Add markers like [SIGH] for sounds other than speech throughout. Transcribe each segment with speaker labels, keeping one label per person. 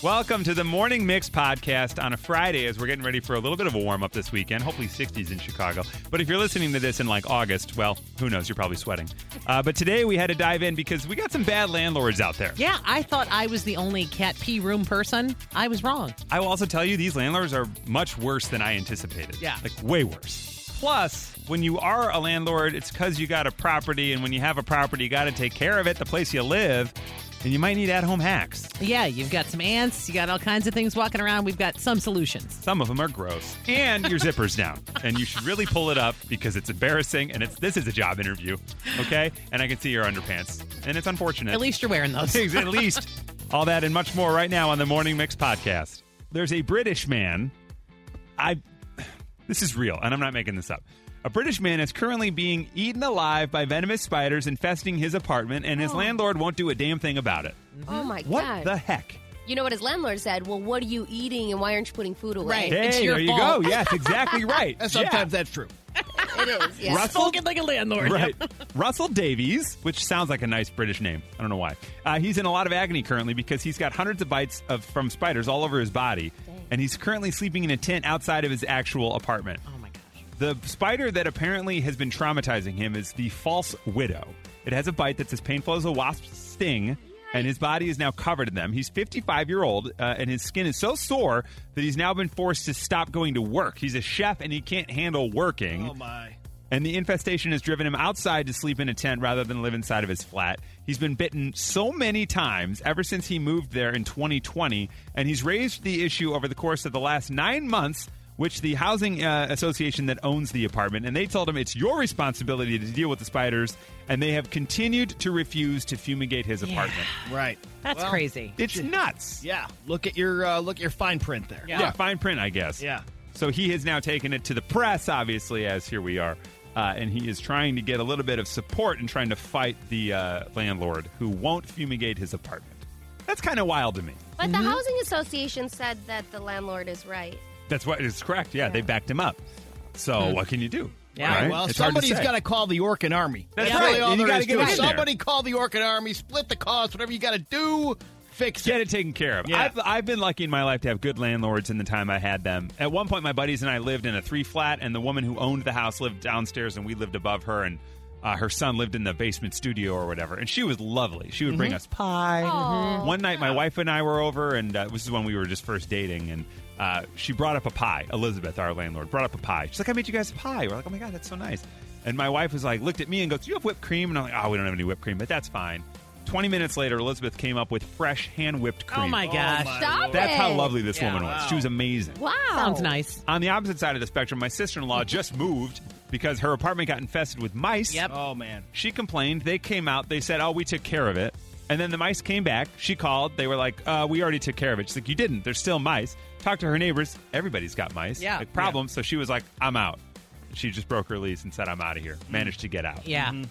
Speaker 1: Welcome to the Morning Mix podcast on a Friday as we're getting ready for a little bit of a warm up this weekend, hopefully 60s in Chicago. But if you're listening to this in like August, well, who knows? You're probably sweating. Uh, but today we had to dive in because we got some bad landlords out there.
Speaker 2: Yeah, I thought I was the only cat pee room person. I was wrong.
Speaker 1: I will also tell you, these landlords are much worse than I anticipated.
Speaker 2: Yeah.
Speaker 1: Like, way worse. Plus, when you are a landlord, it's because you got a property, and when you have a property, you got to take care of it, the place you live, and you might need at home hacks.
Speaker 2: Yeah, you've got some ants, you got all kinds of things walking around. We've got some solutions.
Speaker 1: Some of them are gross. And your zipper's down. And you should really pull it up because it's embarrassing and it's this is a job interview. Okay? And I can see your underpants. And it's unfortunate.
Speaker 2: At least you're wearing those.
Speaker 1: Things, at [LAUGHS] least. All that and much more right now on the Morning Mix podcast. There's a British man. I this is real, and I'm not making this up. A British man is currently being eaten alive by venomous spiders infesting his apartment, and
Speaker 2: Oh.
Speaker 1: his landlord won't do a damn thing about it.
Speaker 3: Oh my
Speaker 1: What
Speaker 3: god!
Speaker 1: the heck?
Speaker 3: you know what his landlord said? Well, what are you eating, and why aren't you putting food away?
Speaker 2: Right. It's
Speaker 1: Hey,
Speaker 2: your
Speaker 1: there you
Speaker 2: fault.
Speaker 1: go. Yes, exactly right.
Speaker 4: And
Speaker 1: Yeah.
Speaker 4: [LAUGHS] sometimes that's true.
Speaker 3: It is. Yeah.
Speaker 2: Spoken like a
Speaker 1: [LAUGHS]
Speaker 2: landlord.
Speaker 1: Right. Russell Davies, which sounds like a nice British name. I don't know why. Uh, he's in a lot of agony currently because he's got hundreds of bites of, from spiders all over his body. And he's currently sleeping in a tent outside of his actual apartment.
Speaker 2: Oh my gosh.
Speaker 1: The spider that apparently has been traumatizing him is the false widow. It has a bite that's as painful as a wasp's sting, and his body is now covered in them. He's 55 year old, uh, and his skin is so sore that he's now been forced to stop going to work. He's a chef, and he can't handle working.
Speaker 4: Oh my.
Speaker 1: And the infestation has driven him outside to sleep in a tent rather than live inside of his flat. He's been bitten so many times ever since he moved there in 2020, and he's raised the issue over the course of the last nine months. Which the housing uh, association that owns the apartment, and they told him it's your responsibility to deal with the spiders, and they have continued to refuse to fumigate his apartment.
Speaker 4: Right.
Speaker 2: That's
Speaker 4: Well,
Speaker 2: crazy.
Speaker 1: It's nuts.
Speaker 4: Yeah. Look at your uh, look at your fine print there.
Speaker 1: Yeah, fine print, I guess.
Speaker 4: Yeah.
Speaker 1: So he has now taken it to the press, obviously, as here we are. Uh, and he is trying to get a little bit of support and trying to fight the uh, landlord who won't fumigate his apartment. That's kind of wild to me.
Speaker 3: But
Speaker 1: Mm-hmm.
Speaker 3: the housing association said that the landlord is right.
Speaker 1: That's what is correct. Yeah, they backed him up. So what can you do?
Speaker 2: Yeah.
Speaker 1: Right?
Speaker 4: Hmm. Well,
Speaker 1: It's hard to
Speaker 4: somebody's
Speaker 1: say.
Speaker 4: got to call the Orkin Army.
Speaker 1: That's
Speaker 4: That's
Speaker 1: right.
Speaker 4: really all
Speaker 1: And you
Speaker 4: there
Speaker 1: gotta
Speaker 4: is
Speaker 1: get
Speaker 4: to
Speaker 1: it
Speaker 4: it.
Speaker 1: in there.
Speaker 4: Somebody call the Orkin Army. Split the cost. Whatever you got to do, fix
Speaker 1: Get
Speaker 4: it.
Speaker 1: it taken care of.
Speaker 4: Yeah.
Speaker 1: I've, I've been lucky in my life to have good landlords in the time I had them. At one point, my buddies and I lived in a three flat, and the woman who owned the house lived downstairs, and we lived above her, and uh, her son lived in the basement studio or whatever. And she was lovely. She would
Speaker 4: Mm-hmm.
Speaker 1: bring us pie.
Speaker 3: Mm-hmm.
Speaker 1: Mm-hmm.
Speaker 3: Aw.
Speaker 1: One night, my wife and I were over, and uh, this is when we were just first dating, and uh, she brought up a pie. Elizabeth, our landlord, brought up a pie. She's like, "I made you guys a pie." We're like, "Oh my god, that's so nice." And my wife was like, looked at me and goes, "Do you have whipped cream?" And I'm like, "Oh, we don't have any whipped cream, but that's fine." Twenty minutes later, Elizabeth came up with fresh hand whipped cream.
Speaker 2: Oh my gosh.
Speaker 4: my
Speaker 3: Stop
Speaker 1: That's how
Speaker 3: Hey.
Speaker 1: lovely this
Speaker 2: Yeah,
Speaker 1: woman was. She was amazing.
Speaker 3: Wow.
Speaker 2: Sounds nice.
Speaker 1: On the opposite side of the spectrum, my sister in law just moved because her apartment got infested with mice.
Speaker 2: Yep.
Speaker 4: Oh man.
Speaker 1: She complained. They came out. They said, "Oh, we took care of it." And then the mice came back. She called. They were like, uh, "We already took care of it." She's like, "You didn't. There's still mice." Talked to her neighbors. Everybody's got mice.
Speaker 2: Yeah.
Speaker 1: Like, problem. So she was like, "I'm out." She just broke her lease and said, "I'm out of here." Managed to get out.
Speaker 2: Yeah.
Speaker 1: Mm-hmm.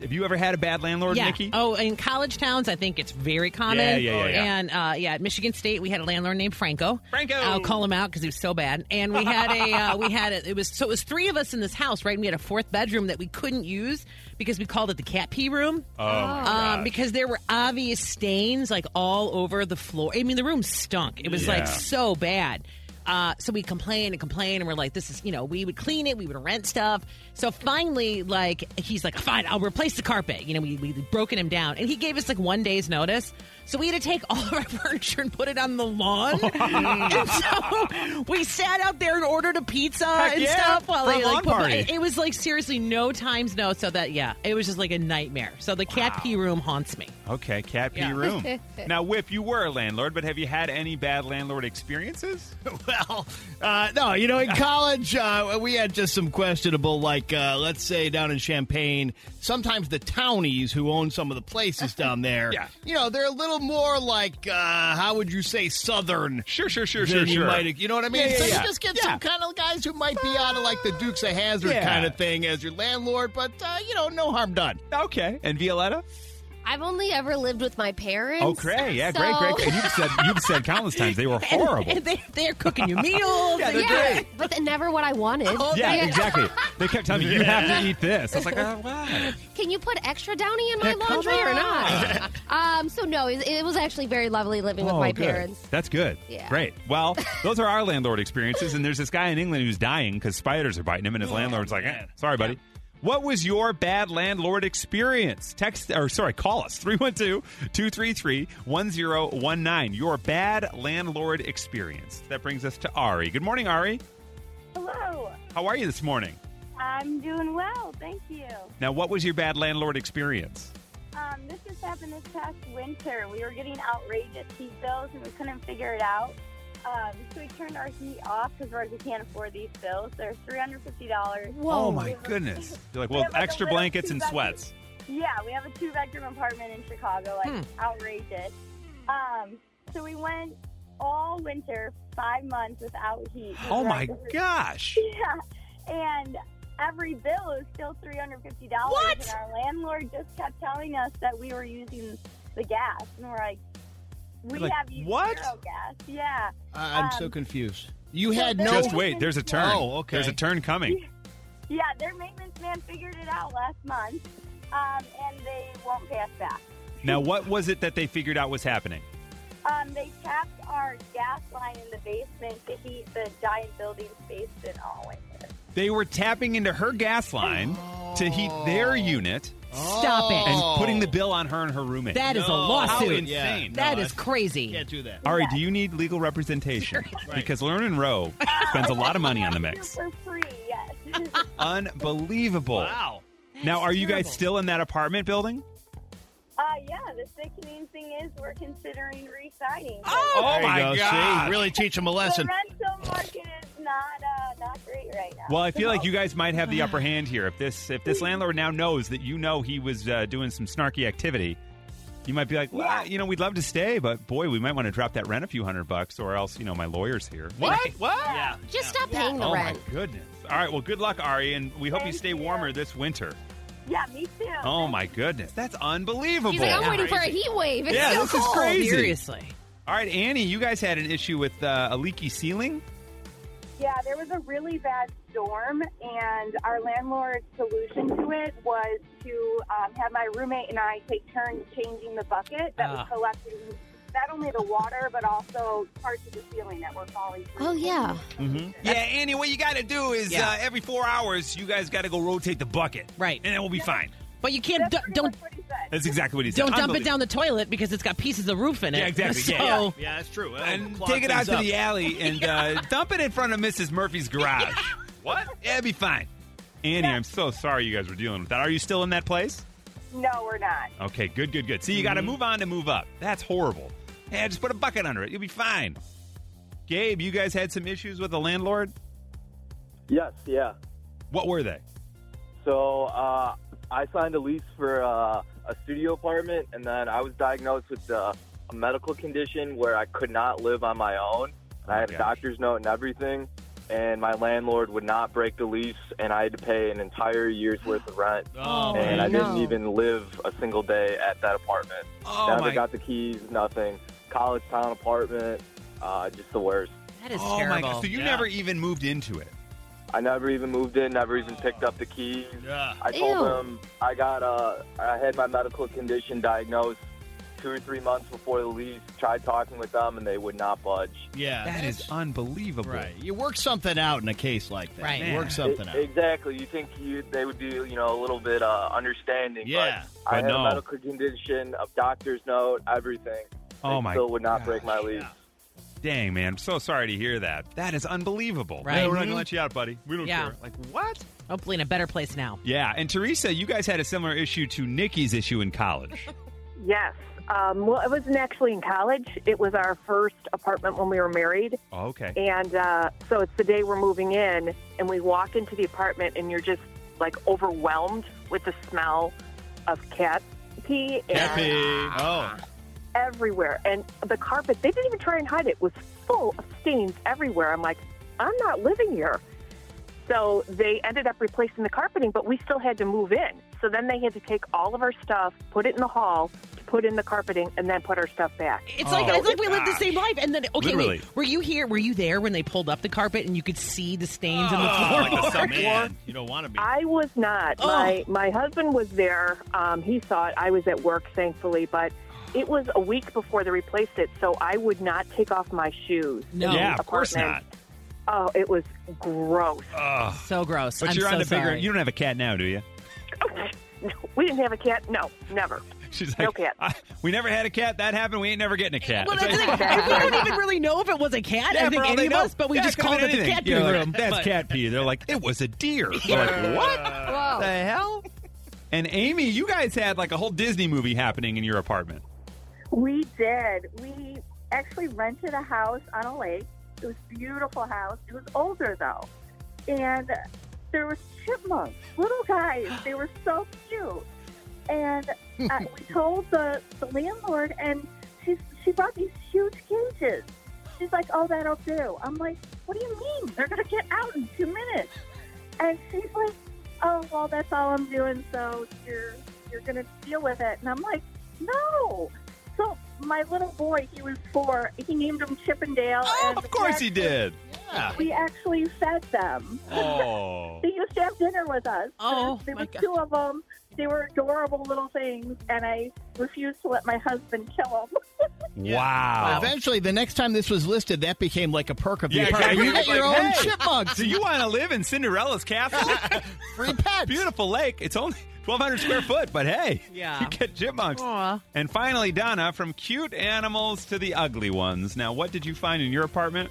Speaker 1: Have you ever had a bad landlord,
Speaker 2: yeah.
Speaker 1: Nikki?
Speaker 2: Oh, in college towns, I think it's very common.
Speaker 1: Yeah, yeah, yeah, yeah.
Speaker 2: And uh, yeah, at Michigan State, we had a landlord named Franco.
Speaker 1: Franco!
Speaker 2: I'll call him out because he was so bad. And we had a, uh, we had a, it was so it was three of us in this house, right? And we had a fourth bedroom that we couldn't use because we called it the cat pee room.
Speaker 1: Oh, my
Speaker 2: Um,
Speaker 1: gosh.
Speaker 2: because there were obvious stains like all over the floor. I mean, the room stunk. It was
Speaker 1: Yeah.
Speaker 2: like so bad. Uh, so we complained and complained, and we're like, "This is, you know, we would clean it, we would rent stuff." So finally, like, he's like, "Fine, I'll replace the carpet." You know, we we broken him down, and he gave us like one day's notice. So we had to take [LAUGHS] all of our furniture and put it on the
Speaker 1: [LAUGHS]
Speaker 2: lawn. and so we sat out there and ordered a pizza
Speaker 1: Heck
Speaker 2: and
Speaker 1: yeah,
Speaker 2: stuff while
Speaker 1: for a
Speaker 2: they
Speaker 1: lawn
Speaker 2: like put-
Speaker 1: party.
Speaker 2: it- it was like seriously no times no. So that yeah, it was just like a nightmare. So the cat pee room haunts me.
Speaker 1: okay, cat pee
Speaker 2: Yeah.
Speaker 1: room. now, Whip, you were a landlord, but have you had any bad landlord experiences?
Speaker 4: Well, uh, no, you know, [LAUGHS] in college, uh, we had just some questionable, like, uh, let's say down in Champaign, sometimes the townies who own some of the [LAUGHS] places down there,
Speaker 1: Yeah.
Speaker 4: you know, they're a little more like, uh, how would you say, southern.
Speaker 1: Sure, sure, sure,
Speaker 4: than
Speaker 1: sure,
Speaker 4: you
Speaker 1: sure.
Speaker 4: might, you know what I mean.
Speaker 1: Yeah, yeah,
Speaker 4: so
Speaker 1: yeah.
Speaker 4: you just get
Speaker 1: Yeah.
Speaker 4: some kind of guys who might be out of like the Dukes of Hazard
Speaker 1: Yeah.
Speaker 4: kind of thing as your landlord, but uh, you know, no harm done.
Speaker 1: Okay. And Violetta?
Speaker 3: I've only ever lived with my parents.
Speaker 1: Oh,
Speaker 3: [LAUGHS]
Speaker 1: great. Yeah,
Speaker 3: so-
Speaker 1: great, great, great. You've said, you've said countless times
Speaker 3: [LAUGHS]
Speaker 1: they were horrible.
Speaker 2: And they, they're cooking you meals.
Speaker 1: Yeah, they're
Speaker 2: and-
Speaker 1: great. Oh,
Speaker 3: Yeah, but then never what I wanted.
Speaker 1: yeah, [LAUGHS]
Speaker 3: Like,
Speaker 1: exactly. They kept telling me, you have to eat this. I was like, [LAUGHS] oh, why?
Speaker 3: Can you put extra downy in my
Speaker 1: Yeah, come
Speaker 3: laundry or
Speaker 1: [LAUGHS]
Speaker 3: not? um, so no, it, it was actually very lovely living with
Speaker 1: Oh,
Speaker 3: my
Speaker 1: good.
Speaker 3: parents.
Speaker 1: That's good.
Speaker 3: Yeah.
Speaker 1: Great. Well, those are our landlord experiences. And there's this guy in England who's dying because spiders are biting him, and his landlord's like, eh, sorry, buddy. What was your bad landlord experience? Text, or sorry, call us [LAUGHS] 312 233 1019. Your bad landlord experience. That brings us to Ari. Good morning, Ari.
Speaker 5: Hello.
Speaker 1: How are you this morning?
Speaker 5: I'm doing well, thank you.
Speaker 1: Now, what was your bad landlord experience?
Speaker 5: Um, this just happened this past winter. We were getting outrageous heat bills and we couldn't figure it out. Um, so we turned our heat off because we're like, we can't afford these bills. They're three hundred fifty dollars.
Speaker 1: Oh, my goodness. You're like, well,
Speaker 5: Yeah, but the
Speaker 1: extra
Speaker 5: little
Speaker 1: blankets and
Speaker 5: two
Speaker 1: sweats.
Speaker 5: Yeah, we have a two bedroom apartment in Chicago, like
Speaker 1: Hmm.
Speaker 5: outrageous. Um, so we went all winter, five months without heat.
Speaker 1: Oh my
Speaker 5: Right.
Speaker 1: gosh.
Speaker 5: [LAUGHS] Yeah, and every bill is still three hundred fifty dollars.
Speaker 2: What?
Speaker 5: And our landlord just kept telling us that we were using the gas, and we're like, we
Speaker 1: Like,
Speaker 5: have used
Speaker 1: what?
Speaker 5: zero gas. Yeah,
Speaker 4: I- I'm
Speaker 5: Um,
Speaker 4: so confused. You had no.
Speaker 1: Just wait, there's a turn.
Speaker 4: Oh, okay.
Speaker 1: There's a turn
Speaker 3: [LAUGHS]
Speaker 1: coming.
Speaker 5: yeah. Their maintenance man figured it out last month, um, and they won't pay us back.
Speaker 1: Now, what was it that they figured out was happening?
Speaker 5: Um, they tapped our gas line in the basement to heat the giant building's basement all winter.
Speaker 1: They were tapping into her gas line to heat their unit
Speaker 2: Stop it.
Speaker 1: and
Speaker 4: Oh.
Speaker 1: putting the bill on her and her roommate.
Speaker 2: That is a
Speaker 4: No.
Speaker 1: Oh, How
Speaker 2: lawsuit.
Speaker 1: insane.
Speaker 4: Yeah.
Speaker 2: That
Speaker 4: No,
Speaker 2: is
Speaker 4: I-
Speaker 2: crazy.
Speaker 4: Can't do that.
Speaker 1: Ari, do you need legal representation? Because Lerner Rowe spends
Speaker 5: Uh,
Speaker 1: a lot of money on the
Speaker 2: [LAUGHS]
Speaker 1: mix.
Speaker 5: For free, yes. [LAUGHS]
Speaker 1: Unbelievable.
Speaker 4: Wow.
Speaker 1: Now, are you guys
Speaker 2: terrible.
Speaker 1: still in that apartment building?
Speaker 5: uh, yeah, the sickening thing is we're considering re-signing.
Speaker 1: Oh,
Speaker 4: There you
Speaker 1: my
Speaker 4: go. See?
Speaker 1: gosh.
Speaker 4: Really teach him a
Speaker 5: The
Speaker 4: lesson.
Speaker 5: rental market is not uh, not great right now.
Speaker 1: Well, I feel like you guys might have the upper hand here. If this if this landlord now knows that you know he was uh, doing some snarky activity, you might be like, well,
Speaker 5: Yeah.
Speaker 1: you know, we'd love to stay, but boy, we might want to drop that rent a few hundred bucks, or else, you know, my lawyer's here. What? What?
Speaker 4: Yeah.
Speaker 3: Just stop paying the
Speaker 1: Oh
Speaker 3: rent.
Speaker 1: my goodness! All right, well, good luck, Ari, and we hope you
Speaker 5: Thank
Speaker 1: stay
Speaker 5: you.
Speaker 1: warmer this winter.
Speaker 5: yeah, me too.
Speaker 1: Oh my goodness, that's unbelievable!
Speaker 3: He's like, I'm waiting for a heat wave. It's
Speaker 1: Yeah,
Speaker 3: so
Speaker 1: this is
Speaker 3: cold.
Speaker 1: crazy.
Speaker 2: Seriously.
Speaker 1: All right, Annie, you guys had an issue with uh, a leaky ceiling.
Speaker 5: Yeah, there was a really bad storm, and our landlord's solution to it was to um, have my roommate and I take turns changing the bucket that
Speaker 2: Ah.
Speaker 5: was collecting not only the water but also parts of the ceiling that were falling. Through.
Speaker 3: Oh yeah.
Speaker 1: Yeah, Annie, what you got to do is
Speaker 2: Yeah.
Speaker 1: uh, every four hours, you guys got to go rotate the bucket.
Speaker 2: Right.
Speaker 1: And then we'll be fine.
Speaker 2: But you can't
Speaker 5: That's
Speaker 2: du-
Speaker 5: pretty
Speaker 2: don't
Speaker 5: much what he said.
Speaker 1: That's exactly what he said.
Speaker 2: don't dump it
Speaker 1: Unbelievable.
Speaker 2: down the toilet because it's got pieces of roof in it.
Speaker 1: Yeah, exactly.
Speaker 2: [LAUGHS] So
Speaker 1: Yeah,
Speaker 4: Yeah, that's true.
Speaker 1: And take it out to the
Speaker 4: [LAUGHS]
Speaker 1: alley
Speaker 2: [LAUGHS]
Speaker 1: and uh, dump it in front of Mrs. Murphy's garage. what? Yeah, it'll be fine. Annie, I'm so sorry you guys were dealing with that. Are you still in that place?
Speaker 5: No, we're not.
Speaker 1: Okay, good, good, good. See, you
Speaker 2: Mm-hmm.
Speaker 1: got to move on to move up. That's horrible. Yeah, just put a bucket under it. You'll be fine. Gabe, you guys had some issues with the landlord.
Speaker 6: Yes, yeah.
Speaker 1: What were they?
Speaker 6: So uh, I signed a lease for uh, a studio apartment, and then I was diagnosed with uh, a medical condition where I could not live on my own. And I had
Speaker 1: Okay.
Speaker 6: a doctor's note and everything, and my landlord would not break the lease, and I had to pay an entire year's worth of
Speaker 1: [GASPS]
Speaker 6: rent.
Speaker 4: Oh,
Speaker 6: and I didn't
Speaker 3: no.
Speaker 6: even live a single day at that apartment.
Speaker 1: Oh,
Speaker 6: Never
Speaker 1: my-
Speaker 6: got the keys, nothing. College town apartment, uh, just the worst.
Speaker 2: That is
Speaker 1: oh my
Speaker 2: terrible.
Speaker 1: god! So you
Speaker 4: Yeah.
Speaker 1: never even moved into it.
Speaker 6: I never even moved in, never even picked up the keys.
Speaker 4: Yeah.
Speaker 6: I told
Speaker 3: Ew.
Speaker 6: him I got uh, I had my medical condition diagnosed two or three months before the lease. Tried talking with them, and they would not budge.
Speaker 4: Yeah.
Speaker 1: That is unbelievable.
Speaker 4: right. You work something out in a case like that.
Speaker 2: Right.
Speaker 4: You work
Speaker 1: Man.
Speaker 4: something out.
Speaker 6: E- exactly. You think you they would be you know a little bit uh, understanding?
Speaker 4: Yeah.
Speaker 6: But I
Speaker 1: But
Speaker 6: had
Speaker 1: no.
Speaker 6: a medical condition, a doctor's note, everything.
Speaker 1: Oh
Speaker 6: They
Speaker 1: my
Speaker 6: Still would not break
Speaker 1: gosh.
Speaker 6: my lease.
Speaker 1: Dang, man. I'm so sorry to hear that. That is unbelievable.
Speaker 2: Right. Mm-hmm.
Speaker 1: Yeah, we're not going to let you out, buddy. We don't
Speaker 2: Yeah.
Speaker 1: care. Like, what?
Speaker 2: Hopefully in a better place now.
Speaker 1: Yeah. And Teresa, you guys had a similar issue to Nikki's issue in
Speaker 2: [LAUGHS]
Speaker 1: college.
Speaker 7: Yes. Um, well, it wasn't actually in college. It was our first apartment when we were married.
Speaker 1: oh, okay.
Speaker 7: And uh, so it's the day we're moving in, and we walk into the apartment, and you're just like overwhelmed with the smell of cat pee and
Speaker 4: Happy. Oh.
Speaker 7: everywhere. And the carpet, they didn't even try and hide it, was full of stains everywhere. I'm like, I'm not living here. So they ended up replacing the carpeting, but we still had to move in. So then they had to take all of our stuff, put it in the hall, put in the carpeting, and then put our stuff back.
Speaker 2: It's like
Speaker 1: Oh,
Speaker 2: it's like we lived the
Speaker 1: gosh.
Speaker 2: same life. And then okay,
Speaker 1: Literally.
Speaker 2: wait, were you here? Were you there when they pulled up the carpet and you could see the stains on
Speaker 1: Oh,
Speaker 2: the
Speaker 4: [LAUGHS]
Speaker 2: floor?
Speaker 4: like a subfloor. You don't want to be.
Speaker 7: I was not.
Speaker 2: Oh.
Speaker 7: My my husband was there. Um, he saw it. I was at work, thankfully, but it was a week before they replaced it, so I would not take off my shoes.
Speaker 2: No.
Speaker 7: in the
Speaker 1: Yeah, of course
Speaker 7: apartment. Oh, it was gross.
Speaker 2: So gross.
Speaker 1: But
Speaker 2: I'm
Speaker 1: you're
Speaker 2: so
Speaker 1: on to bigger.
Speaker 2: sorry. [LAUGHS]
Speaker 1: You don't have a cat now, do you?
Speaker 7: No, [LAUGHS] we didn't have a cat. No, never.
Speaker 1: She's like,
Speaker 7: No cat.
Speaker 1: "I- we never had a cat. That happened. We ain't never getting a cat.
Speaker 2: Well,
Speaker 1: It's
Speaker 2: that's
Speaker 1: like,
Speaker 2: the thing. we don't even really know if it was a cat.
Speaker 1: yeah,
Speaker 2: I think
Speaker 1: for all
Speaker 2: any
Speaker 1: they
Speaker 2: of
Speaker 1: know.
Speaker 2: us, but we
Speaker 1: Yeah,
Speaker 2: just
Speaker 1: could've
Speaker 2: called
Speaker 1: been
Speaker 2: it the
Speaker 1: anything.
Speaker 2: cat
Speaker 1: You're
Speaker 2: pee
Speaker 1: like,
Speaker 2: room.
Speaker 1: That's
Speaker 2: But-
Speaker 1: cat pee. They're like, it was a deer. We're like, what
Speaker 3: Whoa.
Speaker 1: the hell? And Amy, you guys had like a whole Disney movie happening in your apartment.
Speaker 5: We did. We actually rented a house on a lake. It was a beautiful house. It was older though, and there was chipmunks, little guys. They were so cute. And
Speaker 1: [LAUGHS]
Speaker 5: uh, we told the, the landlord, and she she brought these huge cages. She's like, "Oh, that'll do." I'm like, "What do you mean? They're gonna get out in two minutes." And she's like, "Oh, well, that's all I'm doing. So you're you're gonna deal with it." And I'm like, "No." So my little boy, he was four. He named him Chippendale.
Speaker 1: Oh,
Speaker 5: and
Speaker 1: of course he did.
Speaker 5: We actually fed them.
Speaker 1: Oh.
Speaker 5: They used to have dinner with us.
Speaker 2: Oh,
Speaker 5: there
Speaker 2: my
Speaker 5: were
Speaker 2: God.
Speaker 5: two of them. They were adorable little things, and I refused to let my husband kill them.
Speaker 1: Wow.
Speaker 4: Eventually, the next time this was listed, that became like a perk of the
Speaker 1: Yeah,
Speaker 4: apartment.
Speaker 1: exactly.
Speaker 4: You get
Speaker 1: Like,
Speaker 4: your own
Speaker 1: hey.
Speaker 4: chipmunks,
Speaker 1: Do you want to live in Cinderella's castle?
Speaker 4: [LAUGHS] free pets.
Speaker 1: Beautiful lake. It's only 1,200 square foot, but hey,
Speaker 2: Yeah.
Speaker 1: you get chipmunks.
Speaker 2: Aw.
Speaker 1: And finally, Donna, from cute animals to the ugly ones. Now, what did you find in your apartment?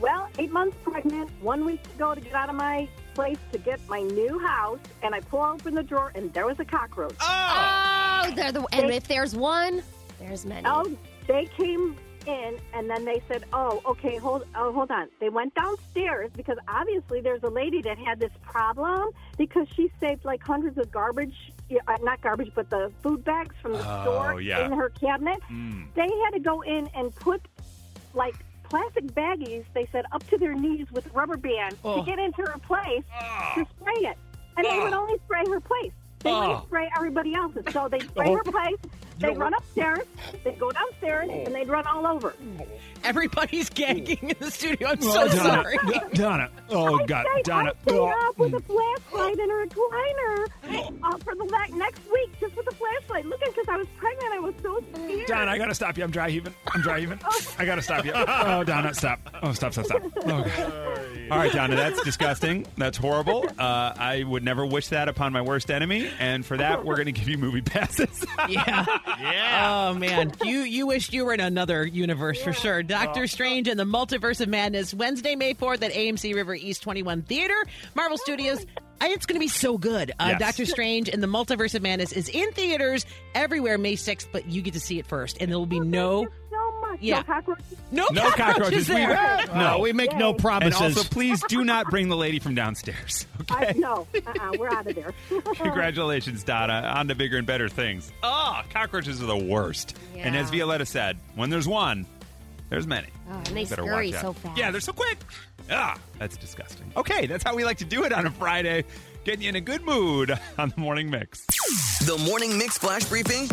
Speaker 8: Well, eight months pregnant, one week to go to get out of my place to get my new house, and I pull open the drawer, and there was a cockroach.
Speaker 1: Oh,
Speaker 3: Oh, they're the, and if there's one, there's many.
Speaker 8: Oh, they came in, and then they said, "Oh, okay, hold, oh, hold on." They went downstairs because obviously there's a lady that had this problem because she saved like hundreds of garbage, yeah, uh, not garbage, but the food bags from the
Speaker 1: Oh,
Speaker 8: store
Speaker 1: yeah.
Speaker 8: in her cabinet.
Speaker 1: Mm.
Speaker 8: They had to go in and put like plastic baggies. They said up to their knees with rubber band
Speaker 2: Oh.
Speaker 8: to get into her place
Speaker 1: Ah.
Speaker 8: to spray it, and they would only spray her place. They
Speaker 1: Oh.
Speaker 8: wouldn't spray everybody else's. So
Speaker 1: [LAUGHS]
Speaker 8: they spray her place. They
Speaker 1: don't-
Speaker 8: run upstairs. They go downstairs, and they run all over.
Speaker 2: Everybody's [LAUGHS] gagging in the studio. I'm
Speaker 1: Oh,
Speaker 2: so sorry.
Speaker 1: [LAUGHS] Donna. Oh, God. Oh.
Speaker 8: I stayed,
Speaker 1: Donna.
Speaker 8: I stayed up with a
Speaker 1: Mm.
Speaker 8: flashlight and a
Speaker 1: [GASPS]
Speaker 8: recliner uh, for the la- next week, just with a flashlight, looking because I was pregnant. I was so scared.
Speaker 9: Donna, I
Speaker 1: [LAUGHS]
Speaker 9: gotta stop you. I'm dry heaving. I'm dry heaving. I gotta stop you. Oh, Donna, stop. Oh, stop, stop,
Speaker 8: [LAUGHS]
Speaker 9: stop. Oh,
Speaker 1: All right, Donna, that's disgusting. That's horrible. Uh, I would never wish that upon my worst enemy. And for that, we're going to give you movie passes.
Speaker 2: [LAUGHS] yeah.
Speaker 4: Yeah.
Speaker 2: Oh man, you you wished you were in another universe for sure.
Speaker 1: Oh.
Speaker 2: Doctor Strange and the Multiverse of Madness Wednesday, May fourth at AMC River East Twenty One Theater, Marvel Studios. And It's going to be so good. Uh,
Speaker 1: Yes.
Speaker 2: Doctor Strange and the Multiverse of Madness is in theaters everywhere May sixth, but you get to see it first, and there will be
Speaker 8: Oh,
Speaker 2: no
Speaker 8: Thank you so much.
Speaker 2: Yeah.
Speaker 8: No cockroaches.
Speaker 2: no,
Speaker 1: No cockroaches. We-
Speaker 2: there.
Speaker 4: No, we make no
Speaker 1: and
Speaker 4: promises.
Speaker 1: also, please do not bring the lady from downstairs.
Speaker 8: I,
Speaker 1: Okay.
Speaker 8: no, uh-uh, we're out of there.
Speaker 1: [LAUGHS] Congratulations, Donna, on to bigger and better things. Oh, cockroaches are the worst. And as
Speaker 3: Yeah.
Speaker 1: Violetta said, when there's one, there's many.
Speaker 2: Ah,
Speaker 3: Oh, and they
Speaker 1: You better
Speaker 3: scurry
Speaker 1: watch out.
Speaker 3: so fast.
Speaker 1: Yeah, they're so quick. Ah, that's disgusting. Okay, that's how we like to do it on a Friday, getting you in a good mood [LAUGHS] on the morning mix.
Speaker 10: The Morning Mix Flash Briefing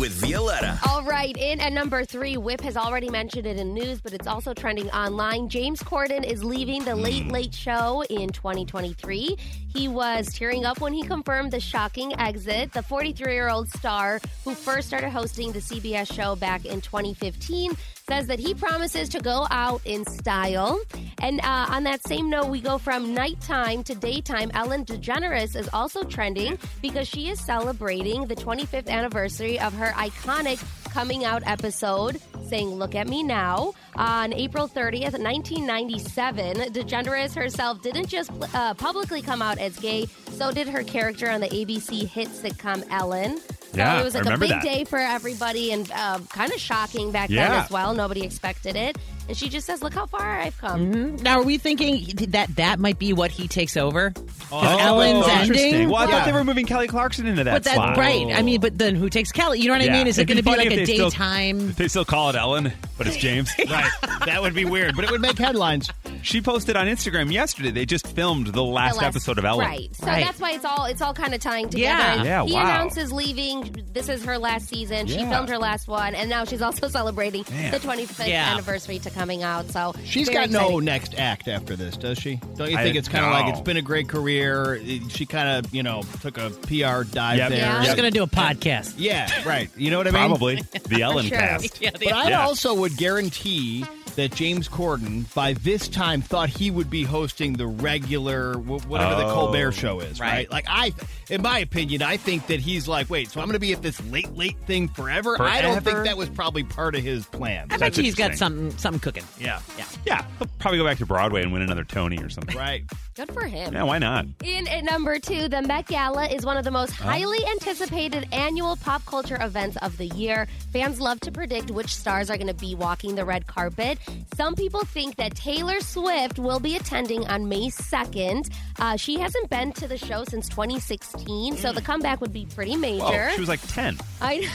Speaker 10: with Violetta.
Speaker 3: All right, in at number three, Whip has already mentioned it in news, but it's also trending online. James Corden is leaving the Late Late Show in 2023. He was tearing up when he confirmed the shocking exit. The 43 year old star, who first started hosting the CBS show back in 2015, says that he promises to go out in style. And uh, on that same note, we go from nighttime to daytime. Ellen DeGeneres is also trending because she is celebrating the 25th anniversary of her iconic coming out episode saying, Look at me now. On April 30th, 1997, DeGeneres herself didn't just uh, publicly come out as gay, so did her character on the ABC hit sitcom Ellen. So
Speaker 1: Yeah,
Speaker 3: it was
Speaker 1: I
Speaker 3: like a
Speaker 1: remember
Speaker 3: big
Speaker 1: that.
Speaker 3: day for everybody and uh, kind of shocking back
Speaker 1: Yeah.
Speaker 3: then as well. Nobody expected it. And she just says, Look how far I've come.
Speaker 2: Mm-hmm. Now, are we thinking that that might be what he takes over? 'Cause
Speaker 1: Oh,
Speaker 2: Ellen's
Speaker 1: interesting.
Speaker 2: ending.
Speaker 1: Well, I
Speaker 4: Yeah.
Speaker 1: thought they were moving Kelly Clarkson into that
Speaker 2: but that
Speaker 1: slot.
Speaker 2: right? I mean, but then who takes Kelly? You know what I
Speaker 1: Yeah.
Speaker 2: mean? Is it
Speaker 1: It'd
Speaker 2: going to be
Speaker 1: funny
Speaker 2: like
Speaker 1: if
Speaker 2: a
Speaker 1: they still-
Speaker 2: daytime?
Speaker 3: [LAUGHS]
Speaker 1: They still call it Ellen, but it's James.
Speaker 4: right. That would be weird, but it would make headlines.
Speaker 1: She posted on Instagram yesterday. They just filmed the last,
Speaker 3: the last-
Speaker 1: episode of Ellen.
Speaker 3: Right. So that's why it's all it's all kind of tying together.
Speaker 1: Yeah.
Speaker 3: And
Speaker 1: Yeah,
Speaker 3: he
Speaker 1: wow.
Speaker 3: announces leaving. This is her last season. She
Speaker 4: Yeah.
Speaker 3: filmed her last one, and now she's also [LAUGHS] celebrating
Speaker 4: Man.
Speaker 3: the 25th
Speaker 4: Yeah.
Speaker 3: anniversary to coming out. So
Speaker 4: She's
Speaker 3: very
Speaker 4: got
Speaker 3: exciting.
Speaker 4: no next act after this, does she? Don't you
Speaker 1: I-
Speaker 4: think it's kind of
Speaker 1: no.
Speaker 4: like it's been a great career? it- She kind of, you know, took a PR
Speaker 1: [LAUGHS]
Speaker 4: dive
Speaker 1: Yep.
Speaker 4: there.
Speaker 1: Yeah. She's gonna
Speaker 2: do a podcast.
Speaker 4: Yeah, right. You know what I mean? [LAUGHS]
Speaker 1: Probably
Speaker 3: [LAUGHS]
Speaker 1: the Ellen
Speaker 2: [LAUGHS]
Speaker 1: cast.
Speaker 4: but I also would guarantee that James Corden, by this time, thought he would be hosting the regular, wh- whatever the
Speaker 1: Oh.
Speaker 4: Colbert Show is, right?
Speaker 1: Right.
Speaker 4: Like I, in my opinion, I think that he's like, wait, so I'm going to be at this late, late thing forever. I don't think
Speaker 1: Forever?
Speaker 4: that was probably part of his plan.
Speaker 2: I bet you he's got something [LAUGHS] something cooking.
Speaker 4: Yeah.
Speaker 2: Yeah.
Speaker 1: Yeah, he'll probably go back to Broadway and win another Tony or something.
Speaker 4: Right.
Speaker 3: Good for him.
Speaker 1: Yeah, why not?
Speaker 3: In at number two, the Met Gala is one of the most
Speaker 1: Huh?
Speaker 3: highly anticipated annual pop culture events of the year. Fans love to predict which stars are going to be walking the red carpet. Some people think that Taylor Swift will be attending on May 2nd. Uh, she hasn't been to the show since 2016, so the comeback would be pretty major.
Speaker 1: Whoa, Mm. she was like ten.
Speaker 3: I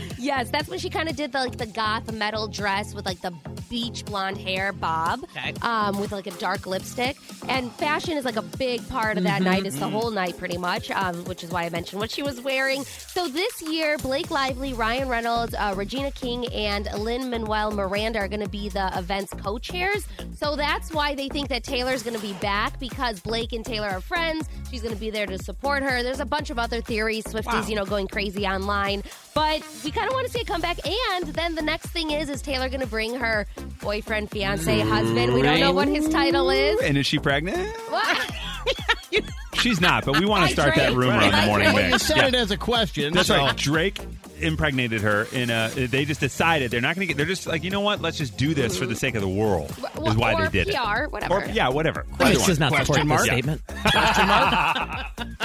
Speaker 3: [LAUGHS] yes, that's when she kind of did the like the goth metal dress with like the beach blonde hair bob, um, with like a dark lipstick. And fashion is like a big part of that
Speaker 11: Mhm.
Speaker 1: Mm-hmm.
Speaker 3: night. It's the
Speaker 11: Mhm.
Speaker 3: whole night pretty much, um, which is why I mentioned what she was wearing. So this year, Blake Lively, Ryan Reynolds, uh, Regina King, and Lynn Manuel Miranda are going to be the event's co-chairs. So that's why they think that Taylor's going to be back because Blake and Taylor are friends. She's going to be there to support her. There's a bunch of other theories. Swifties,
Speaker 11: Wow.
Speaker 3: you know, going crazy online, but we kind of want to see it come back. And then the next thing is, is Taylor going to bring her boyfriend, fiance, husband? We don't know what his title is.
Speaker 1: And is she pregnant?
Speaker 3: What?
Speaker 1: [LAUGHS] She's not, but we want
Speaker 3: I
Speaker 1: to start that
Speaker 3: drank.
Speaker 1: rumor on the
Speaker 4: Right.
Speaker 1: morning
Speaker 4: Well, you
Speaker 1: mix.
Speaker 4: said it as a question.
Speaker 1: That's
Speaker 4: so-
Speaker 1: right. Drake impregnated her in a. They just decided they're not going to get. They're just like, you know what? Let's just do this for the sake of the world.
Speaker 3: Wh-
Speaker 1: Is why
Speaker 3: or
Speaker 1: they did
Speaker 3: PR,
Speaker 1: it.
Speaker 3: whatever.
Speaker 1: Or, yeah, whatever.
Speaker 2: This
Speaker 1: Either one.
Speaker 2: does not support
Speaker 1: Question
Speaker 2: this
Speaker 1: mark?
Speaker 2: statement.
Speaker 1: [LAUGHS]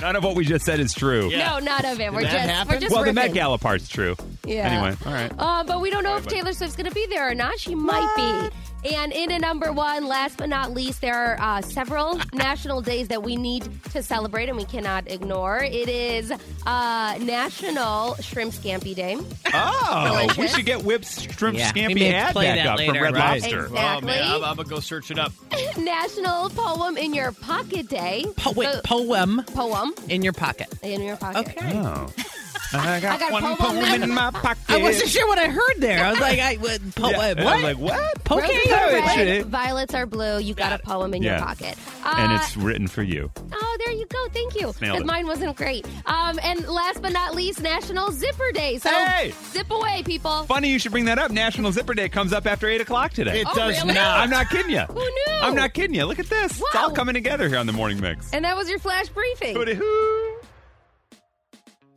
Speaker 1: None of what we just said is true.
Speaker 3: No, none of it. We're
Speaker 1: Did
Speaker 3: just
Speaker 1: that
Speaker 3: we're
Speaker 1: happen?
Speaker 3: just
Speaker 1: well, the
Speaker 3: riffing.
Speaker 1: Met Gala part's true.
Speaker 3: Yeah.
Speaker 1: Anyway, all right.
Speaker 3: Uh, but we don't know if
Speaker 1: Sorry, bud.
Speaker 3: Taylor Swift's going to be there or not. She might be. And in at number one, last but not least, there are
Speaker 1: [LAUGHS]
Speaker 3: uh, several national days that we need to celebrate and we cannot ignore. It is uh, National Shrimp Scampi Day.
Speaker 1: Oh, we should get Whip's shrimp
Speaker 2: Yeah. We
Speaker 1: scampi
Speaker 2: may
Speaker 1: ad
Speaker 2: play
Speaker 1: back
Speaker 2: that
Speaker 1: up from
Speaker 2: later,
Speaker 1: Red
Speaker 2: right?
Speaker 1: Lobster.
Speaker 4: Oh man, I'm, I'm gonna go search it up.
Speaker 3: [LAUGHS] National Poem in Your Pocket Day.
Speaker 2: Po- wait,
Speaker 3: So-
Speaker 2: poem
Speaker 3: poem
Speaker 2: in your pocket.
Speaker 3: in your pocket.
Speaker 1: Oh. I got,
Speaker 3: [LAUGHS] I got
Speaker 1: one
Speaker 3: poem
Speaker 1: poem
Speaker 3: in
Speaker 1: in my pocket.
Speaker 2: I wasn't sure what I heard there. I was like, I what? Po-
Speaker 1: Yeah,
Speaker 2: what?
Speaker 1: I was like, what?
Speaker 2: Poke
Speaker 3: Roses are
Speaker 1: Poetry.
Speaker 3: red, violets are blue. You got a poem in
Speaker 1: Yeah.
Speaker 3: your pocket.
Speaker 1: and
Speaker 3: Uh,
Speaker 1: it's written for you.
Speaker 3: Oh, there you go. Thank you.
Speaker 1: Nailed
Speaker 3: Because
Speaker 1: it.
Speaker 3: mine wasn't great. Um, and last but not least, National Zipper Day. So
Speaker 1: Hey!
Speaker 3: zip away, people.
Speaker 1: Funny you should bring that up. National Zipper Day comes up after 8 o'clock today.
Speaker 4: It Oh, does really?
Speaker 1: now.
Speaker 4: not.
Speaker 1: I'm not kidding you.
Speaker 3: Who knew?
Speaker 1: I'm not kidding you. Look at this. It's all
Speaker 3: Wow.
Speaker 1: coming together here on the Morning Mix.
Speaker 3: And that was your flash briefing.
Speaker 1: Hooty hoo.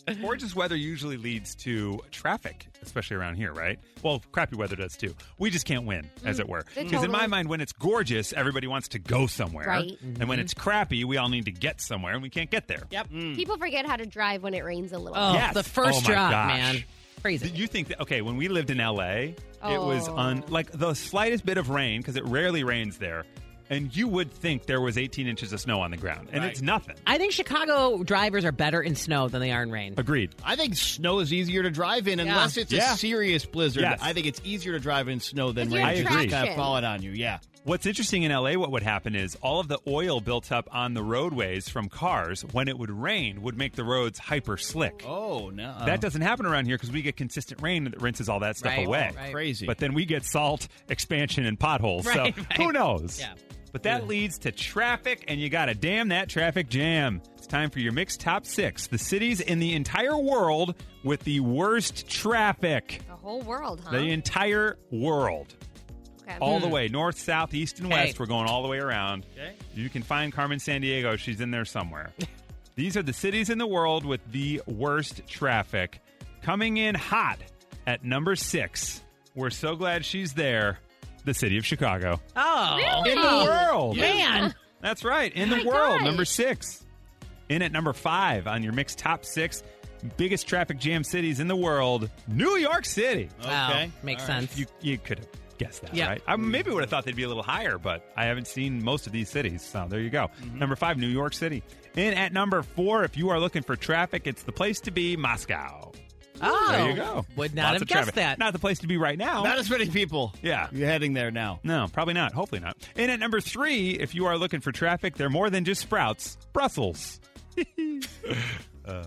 Speaker 1: [LAUGHS] Gorgeous weather usually leads to traffic, especially around here, right? Well, crappy weather does too. We just can't win, as
Speaker 2: Mm,
Speaker 1: it were.
Speaker 3: it
Speaker 1: Because in my
Speaker 3: totally-
Speaker 1: mind, when it's gorgeous, everybody wants to go somewhere.
Speaker 3: Right.
Speaker 1: And
Speaker 2: Mm-hmm.
Speaker 1: when it's crappy, we all need to get somewhere and we can't get there.
Speaker 2: Yep.
Speaker 4: Mm.
Speaker 3: People forget how to drive when it rains a little.
Speaker 2: Oh,
Speaker 1: Yes.
Speaker 2: the first
Speaker 1: Oh, my
Speaker 2: drop,
Speaker 1: gosh.
Speaker 2: man. Crazy.
Speaker 1: You think that okay? When we lived in LA, it was
Speaker 3: Oh.
Speaker 1: on like the slightest bit of rain because it rarely rains there, and you would think there was 18 inches of snow on the ground, and
Speaker 4: Right.
Speaker 1: it's nothing.
Speaker 2: I think Chicago drivers are better in snow than they are in rain.
Speaker 1: Agreed.
Speaker 4: I think snow is easier to drive in unless it's
Speaker 1: Yeah.
Speaker 4: a serious blizzard.
Speaker 1: Yes.
Speaker 4: I think it's easier to drive in snow than
Speaker 3: 'Cause you're
Speaker 4: rain.
Speaker 1: in
Speaker 4: It's just
Speaker 1: traction.
Speaker 4: Kind of fall it on you, yeah.
Speaker 1: What's interesting in LA, what would happen is all of the oil built up on the roadways from cars when it would rain would make the roads hyper slick.
Speaker 4: Oh no,
Speaker 1: That doesn't happen around here because we get consistent rain that rinses all that stuff
Speaker 2: Right,
Speaker 1: away.
Speaker 2: right.
Speaker 4: crazy.
Speaker 1: But then we get salt expansion and potholes. so
Speaker 2: Right, right.
Speaker 1: who knows?
Speaker 2: Yeah.
Speaker 1: But that leads to traffic, and you got to damn that traffic jam. It's time for your mixed top six the cities in the entire world with the worst traffic.
Speaker 3: The whole world, huh?
Speaker 1: The entire world.
Speaker 3: Okay.
Speaker 1: All the way, north, south, east, and
Speaker 2: Okay.
Speaker 1: west. We're going all the way around.
Speaker 4: Okay.
Speaker 1: You can find Carmen San Diego. She's in there somewhere. These are the cities in the world with the worst traffic. Coming in hot at number six. We're so glad she's there. The city of Chicago.
Speaker 2: Oh,
Speaker 1: In the world.
Speaker 2: man.
Speaker 1: [LAUGHS] That's right. In
Speaker 2: Oh
Speaker 3: My
Speaker 1: the world,
Speaker 3: gosh.
Speaker 1: number six. In at number five on your mixed top six biggest traffic jam cities in the world, New York City.
Speaker 2: Wow,
Speaker 4: Okay.
Speaker 2: makes
Speaker 4: All right.
Speaker 2: sense.
Speaker 1: You you could have guessed that,
Speaker 2: Yeah.
Speaker 1: right? I maybe would have thought they'd be a little higher, but I haven't seen most of these cities. So there you go.
Speaker 2: Mm-hmm.
Speaker 1: Number five, New York City. In at number four, if you are looking for traffic, it's the place to be, Moscow.
Speaker 2: Oh,
Speaker 1: there you go.
Speaker 2: Would not
Speaker 1: Lots
Speaker 2: have
Speaker 1: of
Speaker 2: guessed
Speaker 1: traffic.
Speaker 2: that.
Speaker 1: Not the place to be right now.
Speaker 4: Not as many people.
Speaker 1: yeah.
Speaker 4: You're heading there now.
Speaker 1: No, probably not. Hopefully not. And at number three, if you are looking for traffic, they're more than just sprouts. Brussels. [LAUGHS] Uh,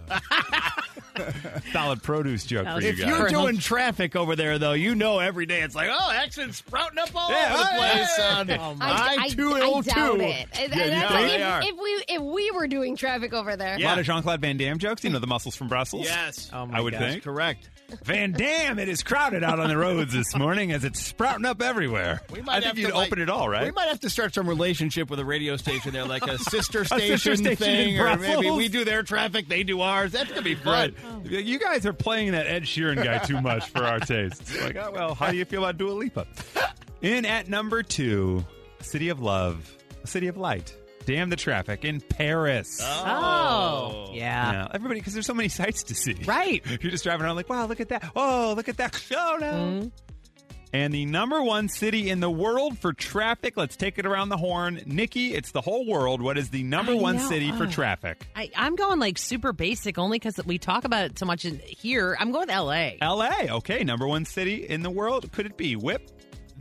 Speaker 1: solid produce joke
Speaker 2: That
Speaker 1: for
Speaker 2: was
Speaker 1: you
Speaker 4: If
Speaker 1: guys.
Speaker 4: you're
Speaker 2: For
Speaker 4: doing
Speaker 2: lunch.
Speaker 4: traffic over there, though, you know every day it's like, oh, accident's sprouting up all
Speaker 1: Yeah,
Speaker 4: over the
Speaker 1: oh,
Speaker 4: place
Speaker 1: yeah.
Speaker 4: on
Speaker 2: Oh, my.
Speaker 3: I,
Speaker 4: I
Speaker 3: I,
Speaker 4: two
Speaker 3: I
Speaker 4: oh
Speaker 3: doubt
Speaker 4: two.
Speaker 3: it. And
Speaker 1: you
Speaker 3: that's
Speaker 1: probably
Speaker 3: if-
Speaker 1: are.
Speaker 3: if, we if we were doing traffic over there.
Speaker 1: A lot of Jean Claude Van Damme jokes. You know the muscles from Brussels.
Speaker 4: Yes.
Speaker 2: Oh, my
Speaker 1: I would
Speaker 2: gosh.
Speaker 1: think.
Speaker 4: Correct.
Speaker 1: Van Dam, it is crowded out on the roads this morning as it's sprouting up everywhere.
Speaker 4: We might
Speaker 1: I think
Speaker 4: have
Speaker 1: you'd
Speaker 4: to, like-
Speaker 1: open it all,
Speaker 4: We
Speaker 1: right?
Speaker 4: might have to start some relationship with a radio station
Speaker 1: [LAUGHS]
Speaker 4: there, like a sister station,
Speaker 1: sister station
Speaker 4: thing,
Speaker 1: in
Speaker 4: or maybe
Speaker 1: Brussels.
Speaker 4: we do their traffic, they do ours. That's gonna be fun.
Speaker 1: Right. You guys are playing that Ed Sheeran guy too much for our tastes. Like, oh, well, how do you feel about Dua Lipa? In at number two, City of Love, City of Light. Damn the traffic in Paris.
Speaker 2: Oh, yeah.
Speaker 1: Yeah, everybody, because there's so many [LAUGHS] sights to see.
Speaker 2: Right.
Speaker 1: You're just driving around like, wow, look at that. Oh, look at that. Oh, no.
Speaker 2: Mm-hmm.
Speaker 1: And the number one city in the world for traffic. Let's take it around the horn. Nikki, it's the whole world. What is the number
Speaker 2: I
Speaker 1: one
Speaker 2: know. Uh.
Speaker 1: city for
Speaker 2: Ugh.
Speaker 1: traffic?
Speaker 2: I, I'm going like super basic only because we talk about it so much in here. I'm going with LA.
Speaker 1: LA. Okay, number one city in the world. Could it be Whip?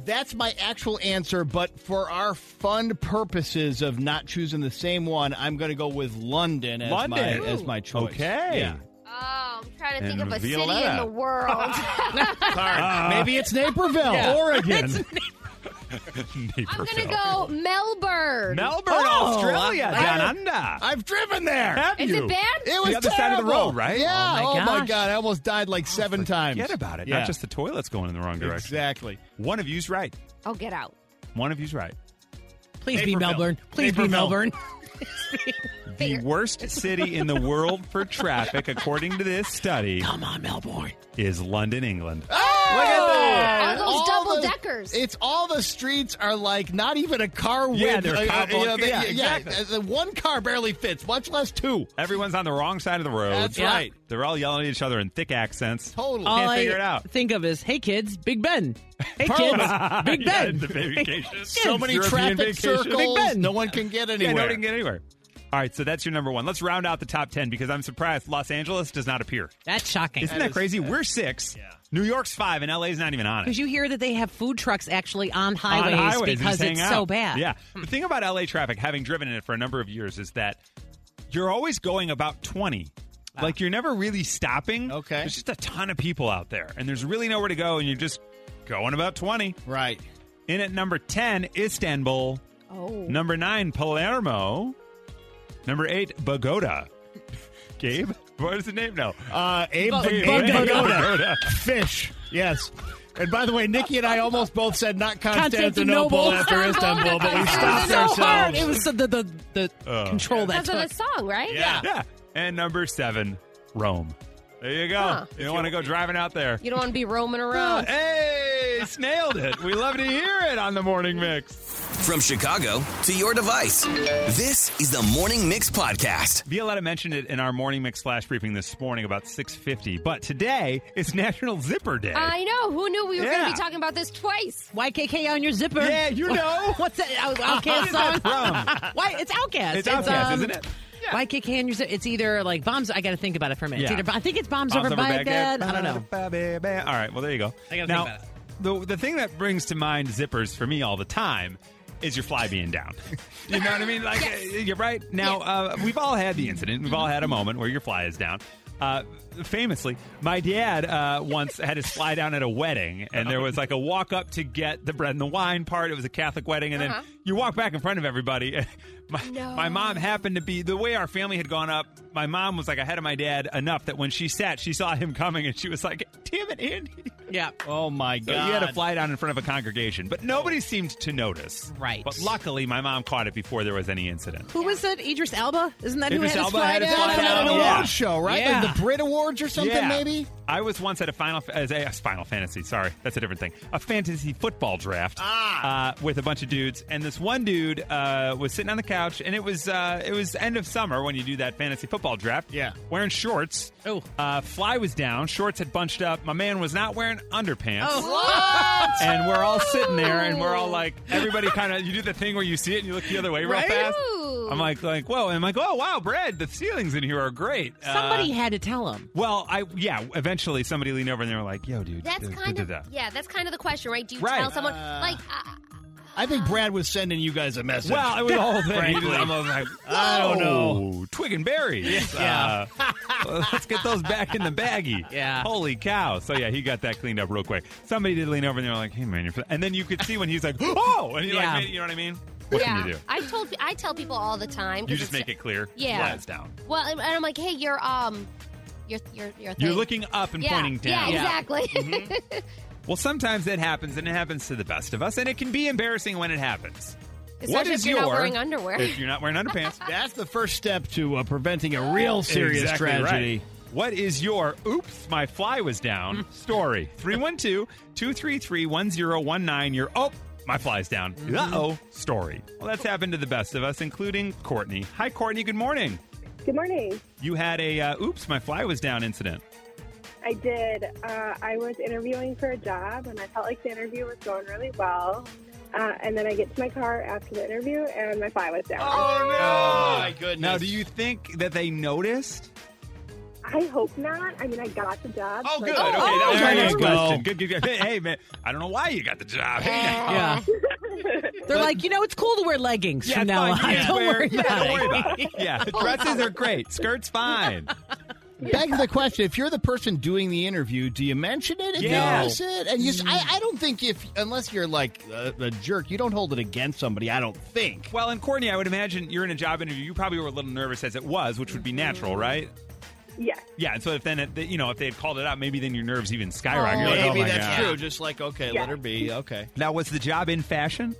Speaker 4: That's my actual answer, but for our fun purposes of not choosing the same one, I'm gonna go with London as
Speaker 1: London.
Speaker 4: my as my choice.
Speaker 1: Okay.
Speaker 4: Yeah.
Speaker 3: Oh, I'm trying to think
Speaker 1: And Uh,
Speaker 3: of a city in
Speaker 1: Violetta.
Speaker 3: the
Speaker 1: [LAUGHS]
Speaker 3: world.
Speaker 1: Ah.
Speaker 4: Maybe it's Naperville.
Speaker 1: [LAUGHS]
Speaker 2: [LAUGHS]
Speaker 1: Oregon.
Speaker 3: I'm
Speaker 1: Naperville.
Speaker 3: gonna go Melbourne.
Speaker 1: Melbourne,
Speaker 4: Oh,
Speaker 1: Australia.
Speaker 4: I-
Speaker 1: Down under.
Speaker 4: I've driven there.
Speaker 1: Have
Speaker 3: Is
Speaker 1: you?
Speaker 3: it bad?
Speaker 4: It was
Speaker 1: the other side of the
Speaker 4: terrible.
Speaker 1: road, right?
Speaker 4: Yeah.
Speaker 2: Oh, my gosh.
Speaker 4: god, I almost died like seven times.
Speaker 1: Oh, Forget about it.
Speaker 4: Yeah.
Speaker 1: Not just the toilets going in the wrong direction.
Speaker 4: exactly.
Speaker 1: One of you's right.
Speaker 3: Oh, get out.
Speaker 1: One of you's right.
Speaker 2: Please be
Speaker 4: Naperville.
Speaker 2: Melbourne. Please be
Speaker 1: [LAUGHS]
Speaker 4: Naperville.
Speaker 2: Melbourne.
Speaker 1: The worst city in the world for traffic, according to this study,
Speaker 2: Come on, Melbourne.
Speaker 1: is London, England.
Speaker 4: Look at
Speaker 3: All
Speaker 4: that.
Speaker 3: those double deckers.
Speaker 4: It's all the streets are like not even a car
Speaker 1: Yeah,
Speaker 4: width.
Speaker 1: they're
Speaker 4: uh, uh,
Speaker 1: cobbled-
Speaker 4: they-
Speaker 1: yeah, exactly.
Speaker 4: the one car barely fits, much less two.
Speaker 1: Everyone's on the wrong side of the road.
Speaker 4: That's
Speaker 2: Yeah.
Speaker 4: right.
Speaker 1: They're all yelling at each other in thick accents.
Speaker 4: Totally.
Speaker 1: Can't
Speaker 2: All
Speaker 1: figure
Speaker 2: I
Speaker 1: it out.
Speaker 2: think of is, hey, kids, Big
Speaker 1: [LAUGHS]
Speaker 2: Ben. Hey,
Speaker 1: Parliament. [LAUGHS]
Speaker 2: kids, Big
Speaker 1: Yeah,
Speaker 2: Ben.
Speaker 1: the vacation.
Speaker 4: so many
Speaker 1: European
Speaker 4: traffic
Speaker 1: vacation.
Speaker 4: circles.
Speaker 1: Big Ben.
Speaker 4: No one can get anywhere.
Speaker 1: Yeah, no, didn't get anywhere. All right, so that's your number one. Let's round out the top ten because I'm surprised Los Angeles does not appear.
Speaker 2: That's shocking.
Speaker 1: Isn't that, crazy? We're six. New York's five, and LA's not even on it.
Speaker 2: Because you hear that they have food trucks actually on highways,
Speaker 1: on highways and
Speaker 2: because
Speaker 1: just hang
Speaker 2: it's
Speaker 1: out.
Speaker 2: so bad. Hmm.
Speaker 1: Yeah. The thing about LA traffic, having driven in it for a number of years, is that you're always going about 20. Like you're never really stopping.
Speaker 4: Okay.
Speaker 1: There's just a ton of people out there, and there's really nowhere to go, and you're just going about 20.
Speaker 4: Right.
Speaker 1: In at number 10, Istanbul.
Speaker 3: Oh.
Speaker 1: Number 9, Palermo. Number 8,
Speaker 2: [LAUGHS]
Speaker 1: Bogota. Gabe? What is the name now?
Speaker 4: Uh, Abe,
Speaker 2: Bug-
Speaker 4: Abe
Speaker 2: Bug-
Speaker 4: Pagoda. Fish. Yes. And by the way, Nikki and I almost both said not Constantinople,
Speaker 2: Constantinople.
Speaker 4: after Istanbul,
Speaker 1: [LAUGHS]
Speaker 4: but we stopped
Speaker 2: It was so hard.
Speaker 4: ourselves.
Speaker 2: It was the, the, the, the
Speaker 1: Oh.
Speaker 2: control that
Speaker 3: Because
Speaker 2: took.
Speaker 3: of the song, right?
Speaker 4: Yeah.
Speaker 1: Yeah. And number 7, Rome. There you go. You don't want to go driving out there.
Speaker 3: You don't want to be roaming
Speaker 1: Oh,
Speaker 3: around.
Speaker 1: hey, it's nailed it. We love to hear it on the morning mix.
Speaker 10: From Chicago to your device, this is the Morning Mix Podcast.
Speaker 1: Violetta mentioned it in our morning mix flash briefing this morning about 6:50, but today is [LAUGHS] National Zipper Day.
Speaker 2: Ah,
Speaker 3: I know. Who knew we were
Speaker 1: Yeah.
Speaker 3: going to be talking about this twice?
Speaker 2: YKK on your zipper.
Speaker 1: Yeah, you know.
Speaker 2: [LAUGHS] What's that?
Speaker 1: [LAUGHS]
Speaker 2: Out-
Speaker 1: Where
Speaker 2: Outcast
Speaker 1: is that
Speaker 2: song?
Speaker 1: from?
Speaker 2: [LAUGHS] Why? It's Outcast.
Speaker 1: It's Outkast,
Speaker 2: um,
Speaker 1: isn't it?
Speaker 2: YKK on your zipper. It's either like bombs. I got to think about it for a minute. It's
Speaker 1: Yeah.
Speaker 2: either, I think it's bombs,
Speaker 1: Bombs
Speaker 2: over, Baghdad. I don't know.
Speaker 1: Ba-da-ba-ba-ba. All right, well there you go.
Speaker 2: I gotta think
Speaker 1: now,
Speaker 2: about it.
Speaker 1: the the thing that brings to mind zippers for me all the time is your fly being down. [LAUGHS] you know what I mean? Like uh, you're right. Now uh, we've all had the incident. We've all had a moment where your fly is down. Uh, famously, my dad uh, once had his fly down at a wedding, and there was like a walk up to get the bread and the wine part. It was a Catholic wedding, and
Speaker 3: Uh-huh.
Speaker 1: then you walk back in front of everybody. [LAUGHS] And my,
Speaker 3: No.
Speaker 1: my mom happened to be the way our family had gone up. My mom was like ahead of my dad enough that when she sat, she saw him coming, and she was like, "Damn it, Andy!"
Speaker 2: Yeah.
Speaker 4: Oh my
Speaker 1: So
Speaker 4: god!
Speaker 1: you had to fly down in front of a congregation, but nobody seemed to notice.
Speaker 2: Right.
Speaker 1: But luckily, my mom caught it before there was any incident.
Speaker 2: Who was it? Idris Elba? Isn't that
Speaker 1: Idris
Speaker 2: who had
Speaker 1: Elba
Speaker 2: his fly
Speaker 1: had his
Speaker 2: down?
Speaker 1: fly
Speaker 4: Fly down an
Speaker 1: Yeah.
Speaker 4: award show, right?
Speaker 2: Yeah.
Speaker 4: Like the Brit Awards or something,
Speaker 1: yeah.
Speaker 4: maybe.
Speaker 1: I was once at a final as a Final Fantasy. Sorry, that's a different thing. A fantasy football draft ah. uh, with a bunch of dudes, and this one dude uh, was sitting on the couch, and it was uh, it was end of summer when you do that fantasy football draft.
Speaker 4: Yeah.
Speaker 1: wearing shorts.
Speaker 2: Oh.
Speaker 1: uh, fly was down, shorts had bunched up. My man was not wearing underpants.
Speaker 4: Oh.
Speaker 3: What?
Speaker 1: And we're all sitting there, and we're
Speaker 3: Oh.
Speaker 1: all like, everybody kind of, you do the thing where you see it and you look the other way real
Speaker 2: Right?
Speaker 1: fast.
Speaker 3: Ooh.
Speaker 1: I'm like, like, whoa! And I'm like, oh wow, Brad, the ceilings in here are great. Uh,
Speaker 2: Somebody had to tell him.
Speaker 1: well, I yeah, eventually somebody leaned over and they were like, "Yo, dude,
Speaker 3: That's
Speaker 1: da- da-
Speaker 3: kind
Speaker 1: da-
Speaker 3: of
Speaker 1: da.
Speaker 3: yeah. That's kind of the question, right? Do you
Speaker 1: Right.
Speaker 3: tell someone
Speaker 4: Uh,
Speaker 3: like uh,
Speaker 4: I think Brad was sending you guys a message.
Speaker 1: Well, it was the
Speaker 4: [LAUGHS]
Speaker 1: whole thing.
Speaker 4: Frankly.
Speaker 1: I was like,
Speaker 4: I don't know.
Speaker 1: "Whoa, Twig and berries.
Speaker 4: Yeah.
Speaker 1: Uh, let's get those back in the
Speaker 4: [LAUGHS]
Speaker 1: baggie.
Speaker 2: Yeah.
Speaker 1: Holy cow. So, yeah, he got that cleaned up real quick. Somebody did lean over and they were like, hey, man, you're. fl-" And then you could see when he's like, [GASPS] oh, and he
Speaker 2: Yeah.
Speaker 1: like, made- you know what I mean? What
Speaker 3: yeah?
Speaker 1: can you do?
Speaker 3: I told I tell people all the time.
Speaker 1: You
Speaker 3: 'cause
Speaker 1: just
Speaker 3: it's-
Speaker 1: make it clear.
Speaker 3: Yeah.
Speaker 1: Flat is down.
Speaker 3: Well, and and I'm like, hey, you're um, you're you're you're,
Speaker 1: You're looking up and
Speaker 3: yeah,
Speaker 1: pointing down.
Speaker 3: Yeah, Mm-hmm. exactly. [LAUGHS]
Speaker 1: Well, sometimes that happens, and it happens to the best of us, and it can be embarrassing when it happens.
Speaker 3: Especially
Speaker 1: what
Speaker 3: if
Speaker 1: is
Speaker 3: you're
Speaker 1: your
Speaker 3: not wearing underwear.
Speaker 1: If you're not wearing
Speaker 3: [LAUGHS]
Speaker 1: underpants,
Speaker 4: That's the first step to uh, preventing a real serious
Speaker 1: Exactly
Speaker 4: tragedy.
Speaker 1: right. What is your oops, my fly was down story? 312 233 1019. Your oh, my fly's down. Uh oh, story. Well, that's happened to the best of us, including Courtney. Hi, Courtney. Good morning.
Speaker 8: Good morning.
Speaker 1: You had a uh, oops, my fly was down incident.
Speaker 8: I did. Uh, I was interviewing for a job, and I felt like the interview was going really well. Uh, and then I get to my car after the interview, and my fly was down.
Speaker 4: Oh, my goodness.
Speaker 1: Now, do you think that they noticed?
Speaker 8: I hope not. I mean, I got the job.
Speaker 4: Oh,
Speaker 8: so-
Speaker 4: good. Okay,
Speaker 8: [LAUGHS]
Speaker 1: that was
Speaker 4: There
Speaker 1: my
Speaker 4: you
Speaker 1: next
Speaker 4: go.
Speaker 1: question. Good, good, good. Hey, Hey, man, I don't know why you got the job. Hey,
Speaker 2: Yeah. They're like, you know, it's cool to wear leggings from
Speaker 1: it's
Speaker 2: now on.
Speaker 1: fine. You can
Speaker 2: [LAUGHS] Don't
Speaker 1: wear-
Speaker 2: worry
Speaker 1: yeah,
Speaker 2: about
Speaker 1: don't
Speaker 2: it.
Speaker 1: worry about it. [LAUGHS] Yeah, dresses are great. Skirts [LAUGHS] fine.
Speaker 4: Back to the question: If you're the person doing the interview, do you mention it? If
Speaker 1: Yeah. Mm.
Speaker 4: you notice it, and you, s- I, I don't think if unless you're like a, a jerk, you don't hold it against somebody. I don't think.
Speaker 1: Well, and Courtney, I would imagine you're in a job interview. You probably were a little nervous as it was, which would be natural, right?
Speaker 8: Yeah.
Speaker 1: Yeah. And so if then, it, you know, if they had called it out, maybe then your nerves even skyrocket. You're like, oh
Speaker 4: Maybe
Speaker 1: my
Speaker 4: that's
Speaker 1: God.
Speaker 4: true. Just like okay,
Speaker 8: Yeah.
Speaker 4: let her be. Okay.
Speaker 1: Now, was the job in fashion?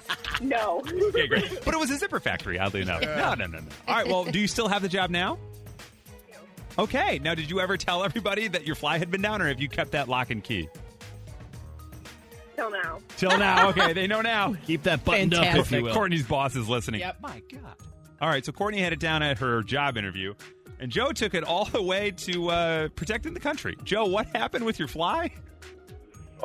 Speaker 4: [LAUGHS]
Speaker 8: No.
Speaker 1: okay, [LAUGHS] great. But it was a zipper factory, oddly enough. No, no, no, no. All right. Well, do you still have the job now? Okay. Now, did you ever tell everybody that your fly had been down, or have you kept that lock and key
Speaker 8: Till now.
Speaker 1: till now? Okay, they know now.
Speaker 4: Keep that buttoned up, if you
Speaker 2: Fantastic.
Speaker 4: will.
Speaker 1: Courtney's boss is listening.
Speaker 2: Yep.
Speaker 1: My God. All right, so Courtney had it down at her job interview, and Joe took it all the way to uh, protecting the country. Joe, what happened with your fly? [LAUGHS]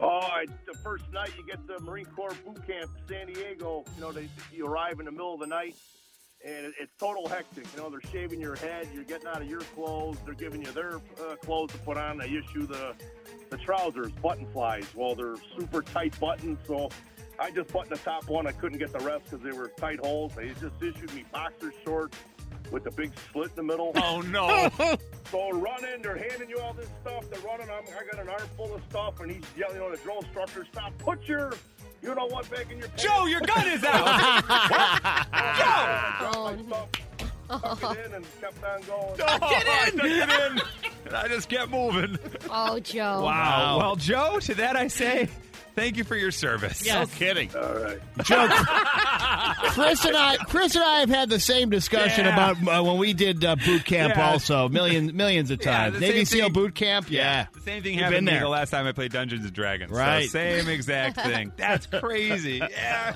Speaker 11: Oh, it's the first night you get to Marine Corps boot camp, San Diego. You know, they, you arrive in the middle of the night, and it, it's total hectic. You know, they're shaving your head, you're getting out of your clothes, they're giving you their uh, clothes to put on. They issue the the trousers, button flies. Well, they're super tight buttons, so I just buttoned the top one. I couldn't get the rest because they were tight holes. They just issued me boxer shorts with a big slit in the middle.
Speaker 1: Oh no!
Speaker 11: [LAUGHS] So running, they're handing you all this stuff. They're running. I'm, I got an armful of stuff, and he's yelling, you know, the drill instructor, stop, put your, you know what, back in your pants.
Speaker 1: Joe, Oh, your gun is [LAUGHS] out.
Speaker 11: I dropped my
Speaker 3: Oh,
Speaker 11: stuff, tucked it in, and kept on
Speaker 1: [LAUGHS]
Speaker 11: going.
Speaker 1: get in! Oh, I took it in, and I just kept moving.
Speaker 3: oh, Joe.
Speaker 1: Wow. Well, Joe, to that I say, thank you for your service.
Speaker 2: Yes.
Speaker 1: kidding.
Speaker 11: All right.
Speaker 1: [LAUGHS]
Speaker 4: joke. Chris and I, Chris and I have had the same discussion
Speaker 1: Yeah.
Speaker 4: about uh, when we did uh, boot camp.
Speaker 1: Yeah.
Speaker 4: Also, millions, millions of
Speaker 1: [LAUGHS] Yeah,
Speaker 4: times.
Speaker 1: the
Speaker 4: Navy
Speaker 1: same
Speaker 4: SEAL
Speaker 1: thing-
Speaker 4: boot camp. Yeah.
Speaker 1: The same thing
Speaker 4: You've
Speaker 1: happened
Speaker 4: been
Speaker 1: to me
Speaker 4: there.
Speaker 1: the last time I played Dungeons and Dragons. So
Speaker 4: Right.
Speaker 1: same exact
Speaker 4: [LAUGHS]
Speaker 1: thing. That's crazy.
Speaker 2: [LAUGHS]
Speaker 1: Yeah.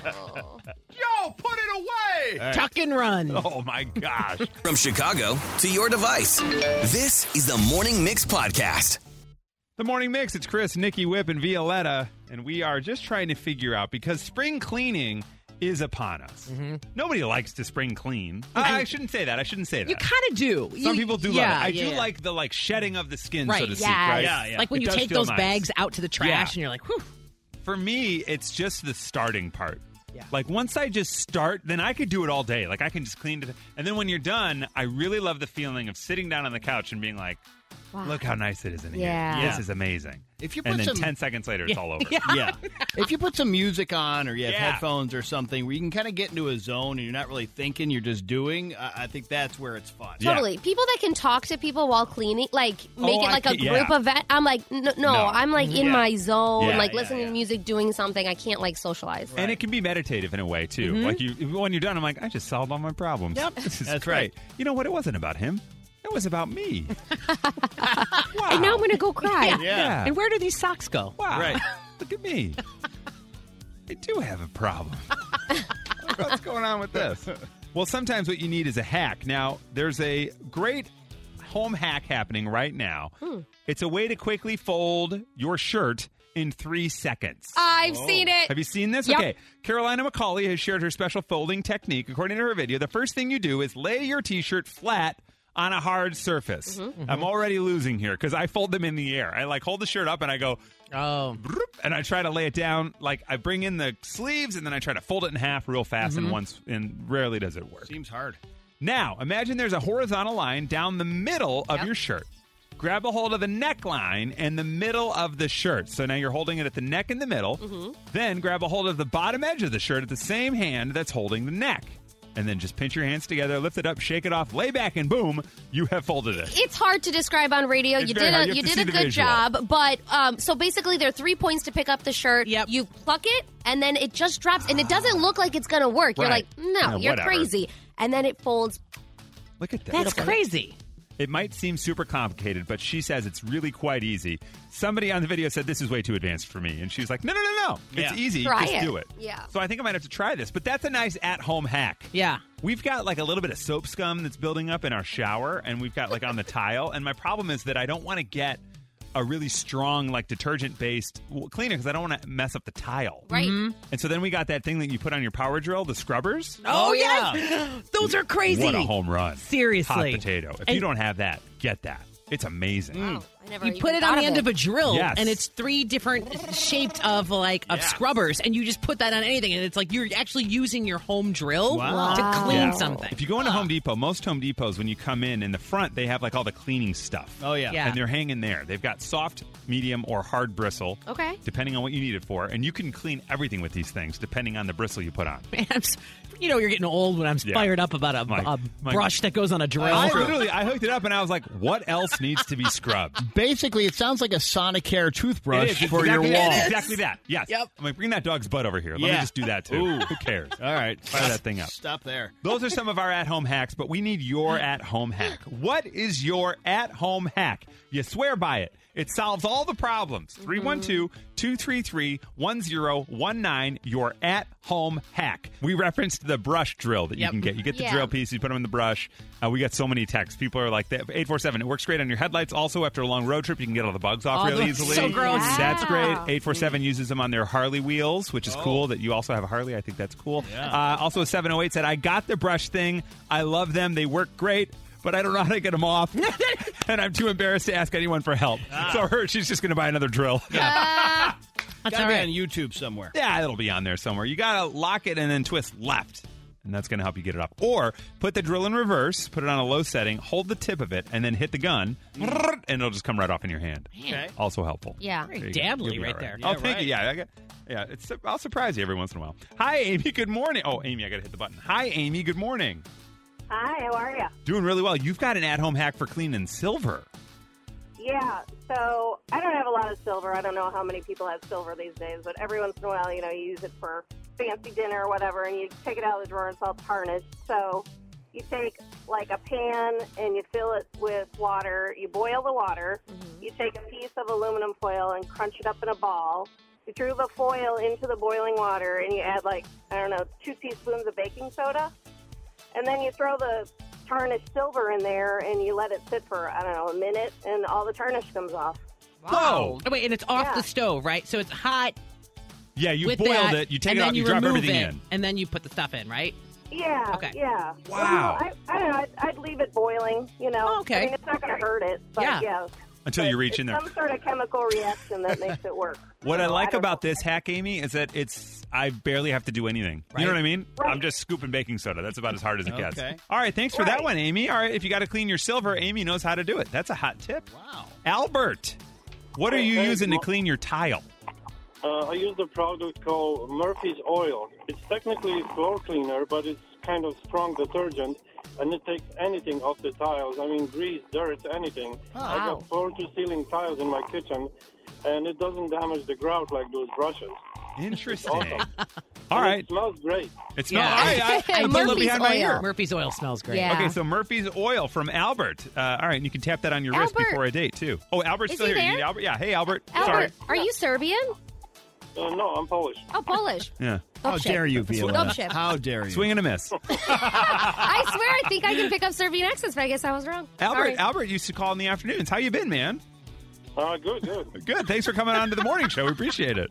Speaker 1: Joe, put it away.
Speaker 2: Tuck and run.
Speaker 1: Oh my gosh.
Speaker 10: From Chicago to your device, this is the Morning Mix Podcast.
Speaker 1: The morning mix. It's Chris, Nikki Whip, and Violetta, and we are just trying to figure out because spring cleaning is upon us.
Speaker 2: Mm-hmm.
Speaker 1: Nobody likes to spring clean. I, I shouldn't say that. I shouldn't say that.
Speaker 2: You kind of do.
Speaker 1: Some
Speaker 2: You-
Speaker 1: people do
Speaker 2: yeah,
Speaker 1: love it. I
Speaker 2: yeah,
Speaker 1: do
Speaker 2: yeah.
Speaker 1: like the like shedding of the skin, so
Speaker 2: Right,
Speaker 1: to speak.
Speaker 3: yes.
Speaker 1: Right?
Speaker 4: Yeah, yeah.
Speaker 2: Like when
Speaker 1: It
Speaker 2: you
Speaker 1: does
Speaker 2: take
Speaker 1: feel
Speaker 2: those
Speaker 1: nice.
Speaker 2: bags out to the trash
Speaker 1: Yeah.
Speaker 2: and you're like, whew.
Speaker 1: For me, it's just the starting part.
Speaker 2: Yeah.
Speaker 1: Like once I just start, then I could do it all day. Like I can just clean it. And then when you're done, I really love the feeling of sitting down on the couch and being like,
Speaker 3: Wow.
Speaker 1: "Look how nice it is in
Speaker 3: Yeah.
Speaker 1: here. This
Speaker 4: Yeah.
Speaker 1: is amazing."
Speaker 4: If you
Speaker 1: and
Speaker 4: put
Speaker 1: then
Speaker 4: some-
Speaker 1: ten seconds later,
Speaker 4: [LAUGHS]
Speaker 1: it's all over.
Speaker 2: Yeah.
Speaker 4: yeah. If you put some music on or you have
Speaker 1: Yeah.
Speaker 4: headphones or something where you can kind of get into a zone and you're not really thinking, you're just doing, I, I think that's where it's fun.
Speaker 1: Yeah.
Speaker 3: Totally. People that can talk to people while cleaning, like make
Speaker 1: Oh,
Speaker 3: it
Speaker 1: I
Speaker 3: like a
Speaker 1: can- yeah.
Speaker 3: group event. I'm like, no, no,
Speaker 1: No. Mm-hmm.
Speaker 3: I'm like in
Speaker 4: Yeah.
Speaker 3: my zone,
Speaker 1: Yeah,
Speaker 3: like
Speaker 4: yeah,
Speaker 3: listening
Speaker 4: yeah.
Speaker 3: to music, doing something. I can't like socialize.
Speaker 1: And it can be meditative in a way too.
Speaker 2: Mm-hmm.
Speaker 1: Like you, when you're done, I'm like, I just solved all my problems. [LAUGHS] Yep,
Speaker 4: That's right.
Speaker 1: You know what? It wasn't about him. It was about me. wow.
Speaker 3: And now I'm gonna go cry.
Speaker 1: yeah.
Speaker 2: And where do these [LAUGHS] socks go?
Speaker 1: Wow.
Speaker 4: Right.
Speaker 1: [LAUGHS] Look at me. I do have a problem. What's going on with
Speaker 2: [LAUGHS]
Speaker 1: this? [LAUGHS] Well, sometimes what you need is a hack. Now, there's a great home hack happening right now.
Speaker 2: Hmm.
Speaker 1: It's a way to quickly fold your shirt in three seconds.
Speaker 3: I've seen it.
Speaker 1: Have you seen this?
Speaker 3: Yep.
Speaker 1: Okay. Carolina McCauley has shared her special folding technique. According to her video, the first thing you do is lay your t shirt flat on a hard surface.
Speaker 3: Mm-hmm.
Speaker 2: Mhm. Mhm.
Speaker 1: I'm already losing here because I fold them in the air. I like hold the shirt up and I go,
Speaker 2: oh,
Speaker 1: and I try to lay it down. Like I bring in the sleeves and then I try to fold it in half real fast
Speaker 3: Mm-hmm.
Speaker 4: Mhm.
Speaker 1: and once, and rarely does it work.
Speaker 4: Seems hard.
Speaker 1: Now, imagine there's a horizontal line down the middle of your shirt. Grab a hold of the neckline and the middle of the shirt. So now you're holding it at the neck in the middle.
Speaker 12: Mhm.
Speaker 1: Then grab a hold of the bottom edge of the shirt at the same hand that's holding the neck. And then just pinch your hands together, lift it up, shake it off, lay back, and boom, you have folded it.
Speaker 3: It's hard to describe on radio.
Speaker 1: It's
Speaker 3: you
Speaker 1: very
Speaker 3: did
Speaker 1: hard.
Speaker 3: a
Speaker 1: You
Speaker 3: you,
Speaker 1: have to
Speaker 3: did
Speaker 1: see
Speaker 3: a
Speaker 1: the
Speaker 3: good
Speaker 1: visual.
Speaker 3: job, but um, so basically there are three points to pick up the shirt. Yep. You pluck it and then it just drops and it doesn't look like it's gonna work. You're
Speaker 1: Right.
Speaker 3: like, no,
Speaker 1: Yeah,
Speaker 3: you're
Speaker 1: whatever.
Speaker 3: crazy. And then it folds.
Speaker 1: Look at that.
Speaker 3: That's Beautiful. crazy.
Speaker 1: It might seem super complicated, but she says it's really quite easy. Somebody on the video said this is way too advanced for me, and she's like, "No, no, no, no. It's
Speaker 2: Yeah.
Speaker 1: easy.
Speaker 2: Try
Speaker 1: Just
Speaker 2: it.
Speaker 1: do it."
Speaker 2: Yeah.
Speaker 1: So I think I might have to try this, but that's a nice at-home hack.
Speaker 2: Yeah.
Speaker 1: We've got like a little bit of soap scum that's building up in our shower, and we've got like on the tile. And my problem is that I don't want to get a really strong like detergent-based w- cleaner because I don't want to mess up the tile.
Speaker 3: Right.
Speaker 2: Mm-hmm.
Speaker 1: And so then we got that thing that you put on your power drill, the scrubbers.
Speaker 2: Oh, yeah. Those are crazy.
Speaker 1: What a home run.
Speaker 2: Seriously.
Speaker 1: Hot potato. If you
Speaker 2: And-
Speaker 1: don't have that, get that. It's amazing.
Speaker 2: you put it on
Speaker 3: thought
Speaker 2: the
Speaker 3: of
Speaker 2: end
Speaker 3: it.
Speaker 2: of a drill,
Speaker 1: Yes.
Speaker 2: and it's three different shaped of like of scrubbers, and you just put that on anything, and it's like you're actually using your home drill to clean
Speaker 1: Yeah.
Speaker 2: something.
Speaker 1: If you go into Home Depot, most Home Depots, when you come in, in the front, they have like all the cleaning stuff.
Speaker 4: Oh, yeah. Yeah.
Speaker 1: And they're hanging there. They've got soft, medium, or hard bristle.
Speaker 2: Okay.
Speaker 1: Depending on what you need it for. And you can clean everything with these things, depending on the bristle you put on.
Speaker 2: Man, [LAUGHS] I'm s- you know you're getting old when I'm
Speaker 1: Yeah.
Speaker 2: fired up about a,
Speaker 1: My-
Speaker 2: a
Speaker 1: my- Oh,
Speaker 2: brush that goes on a drill.
Speaker 1: I literally, I hooked it up and I was like, what else needs to be scrubbed?
Speaker 4: Basically, it sounds like a Sonicare toothbrush
Speaker 1: It is. It's
Speaker 4: for
Speaker 1: exactly
Speaker 4: your
Speaker 1: that.
Speaker 4: wall.
Speaker 1: It's Exactly that. Yes.
Speaker 4: Yep.
Speaker 1: I'm like, bring that dog's butt over here. Let me
Speaker 4: Yeah.
Speaker 1: just do that too.
Speaker 4: Ooh.
Speaker 1: Who cares?
Speaker 4: [LAUGHS] All right.
Speaker 1: Fire that thing up.
Speaker 4: Stop there. Mm.
Speaker 1: Those are some of our at home hacks, but we need your at home hack. What is your at home hack? You swear by it. It solves all the problems.
Speaker 4: Mm-hmm.
Speaker 1: 312 233 1019, your at home hack. We referenced the brush drill that you
Speaker 2: Yep.
Speaker 1: can get. You get the
Speaker 2: Yeah.
Speaker 1: drill piece, you put them in the brush. Uh, we got so many texts. People are like, 847, it works great on your headlights. Also, after a long road trip, you can get all the bugs off
Speaker 2: Oh,
Speaker 1: really
Speaker 2: those are
Speaker 1: easily.
Speaker 2: so gross.
Speaker 1: That's
Speaker 2: Yeah.
Speaker 1: great. 847 uses them on their Harley wheels, which is cool that you also have a Harley. I think that's cool. Uh, also, a 708 said, I got the brush thing. I love them. They work great, but I don't know how to get them off. and I'm too embarrassed to ask anyone for help. So her, she's just going to buy another drill.
Speaker 4: That's Gotta be on YouTube somewhere.
Speaker 1: Yeah, it'll be on there somewhere. You got to lock it and then twist left. And that's going to help you get it up. Or put the drill in reverse, put it on a low setting, hold the tip of it, and then hit the gun, and it'll just come right off in your hand.
Speaker 2: Okay.
Speaker 1: Also helpful.
Speaker 3: Yeah.
Speaker 2: Very
Speaker 1: There you go.
Speaker 2: dabbly
Speaker 1: You'll be
Speaker 2: right
Speaker 1: all
Speaker 2: there.
Speaker 1: Oh, thank you. Yeah, I got, yeah. It's I'll surprise you every once in a while. Hi, Amy. Good morning. Oh, Amy, I got to hit the button. Hi, Amy. Good morning.
Speaker 8: Hi, how are you?
Speaker 1: Doing really well. You've got an at-home hack for cleaning silver.
Speaker 8: Yeah, so I don't have a lot of silver. I don't know how many people have silver these days, but every once in a while, you know, you use it for fancy dinner or whatever, and you take it out of the drawer and it's all tarnished. So you take like a pan and you fill it with water. You boil the water. You take a piece of aluminum foil and crunch it up in a ball. You threw the foil into the boiling water and you add like, I don't know, two teaspoons of baking soda. And then you throw the tarnished silver in there and you let it sit for, I don't know, a minute and all the tarnish comes off.
Speaker 2: Wow. Oh, wait, and it's off
Speaker 8: Yeah.
Speaker 2: the stove, right? So it's hot.
Speaker 1: Yeah, you
Speaker 2: with
Speaker 1: boiled
Speaker 2: that,
Speaker 1: it. You take
Speaker 2: and
Speaker 1: it
Speaker 2: then
Speaker 1: out. You, drop
Speaker 2: remove
Speaker 1: everything
Speaker 2: it,
Speaker 1: in.
Speaker 2: and then you put the stuff in, right?
Speaker 8: Yeah.
Speaker 2: Okay.
Speaker 8: Yeah.
Speaker 1: Wow.
Speaker 8: Well, I, I don't know. I'd, I'd leave it boiling, you know.
Speaker 2: Oh, okay.
Speaker 8: I mean, it's not going to hurt it, but
Speaker 2: Yeah.
Speaker 8: yeah.
Speaker 1: Until you reach in there.
Speaker 8: Some sort of chemical reaction that makes it work.
Speaker 1: What I
Speaker 8: So
Speaker 1: like
Speaker 8: don't
Speaker 1: about this hack, Amy, is that it's I barely have to do anything. You know what I mean? I'm just scooping baking soda. That's about as hard as it gets.
Speaker 4: Okay.
Speaker 1: All right, thanks for that one, Amy. All right, if you got to clean your silver, Amy knows how to do it. That's a hot tip. Wow. Albert, what are you
Speaker 13: Hey,
Speaker 1: using to
Speaker 13: Mo-
Speaker 1: clean your tile?
Speaker 13: Uh, I use a product called Murphy's Oil. It's technically a floor cleaner, but it's kind of strong detergent, and it takes anything off the tiles. I mean, grease, dirt, anything. I
Speaker 14: Wow.
Speaker 13: got floor to ceiling tiles in my kitchen, and it doesn't damage the grout like those brushes.
Speaker 1: Interesting.
Speaker 13: Awesome.
Speaker 1: All
Speaker 13: And
Speaker 1: right.
Speaker 13: It smells great.
Speaker 1: It's not. All [LAUGHS]
Speaker 3: [LAUGHS]
Speaker 1: right, I, I'm a little behind my ear.
Speaker 2: Murphy's oil smells great.
Speaker 1: Okay, so Murphy's Oil from Albert. Uh, all right, and you can tap that on your wrist
Speaker 3: Albert.
Speaker 1: before a date too. Oh, Albert's
Speaker 3: Is
Speaker 1: still
Speaker 3: he
Speaker 1: here. You
Speaker 3: there?
Speaker 1: need Albert. Yeah. Hey, Albert. Sorry.
Speaker 3: Albert, are you Serbian?
Speaker 13: Uh, no, I'm Polish.
Speaker 3: Oh, Polish.
Speaker 1: Yeah.
Speaker 4: How
Speaker 3: Upshift.
Speaker 4: dare you,
Speaker 3: That's
Speaker 4: Viola?
Speaker 3: what- Upshift.
Speaker 4: How dare you?
Speaker 1: Swing and a miss.
Speaker 3: [LAUGHS] I swear I think I can pick up Serbian accents, but I guess I was wrong.
Speaker 1: Albert,
Speaker 3: Sorry.
Speaker 1: Albert used to call in the afternoons. How you been, man?
Speaker 13: Uh, good, good.
Speaker 1: Good. Thanks for coming on to the morning show. We appreciate it.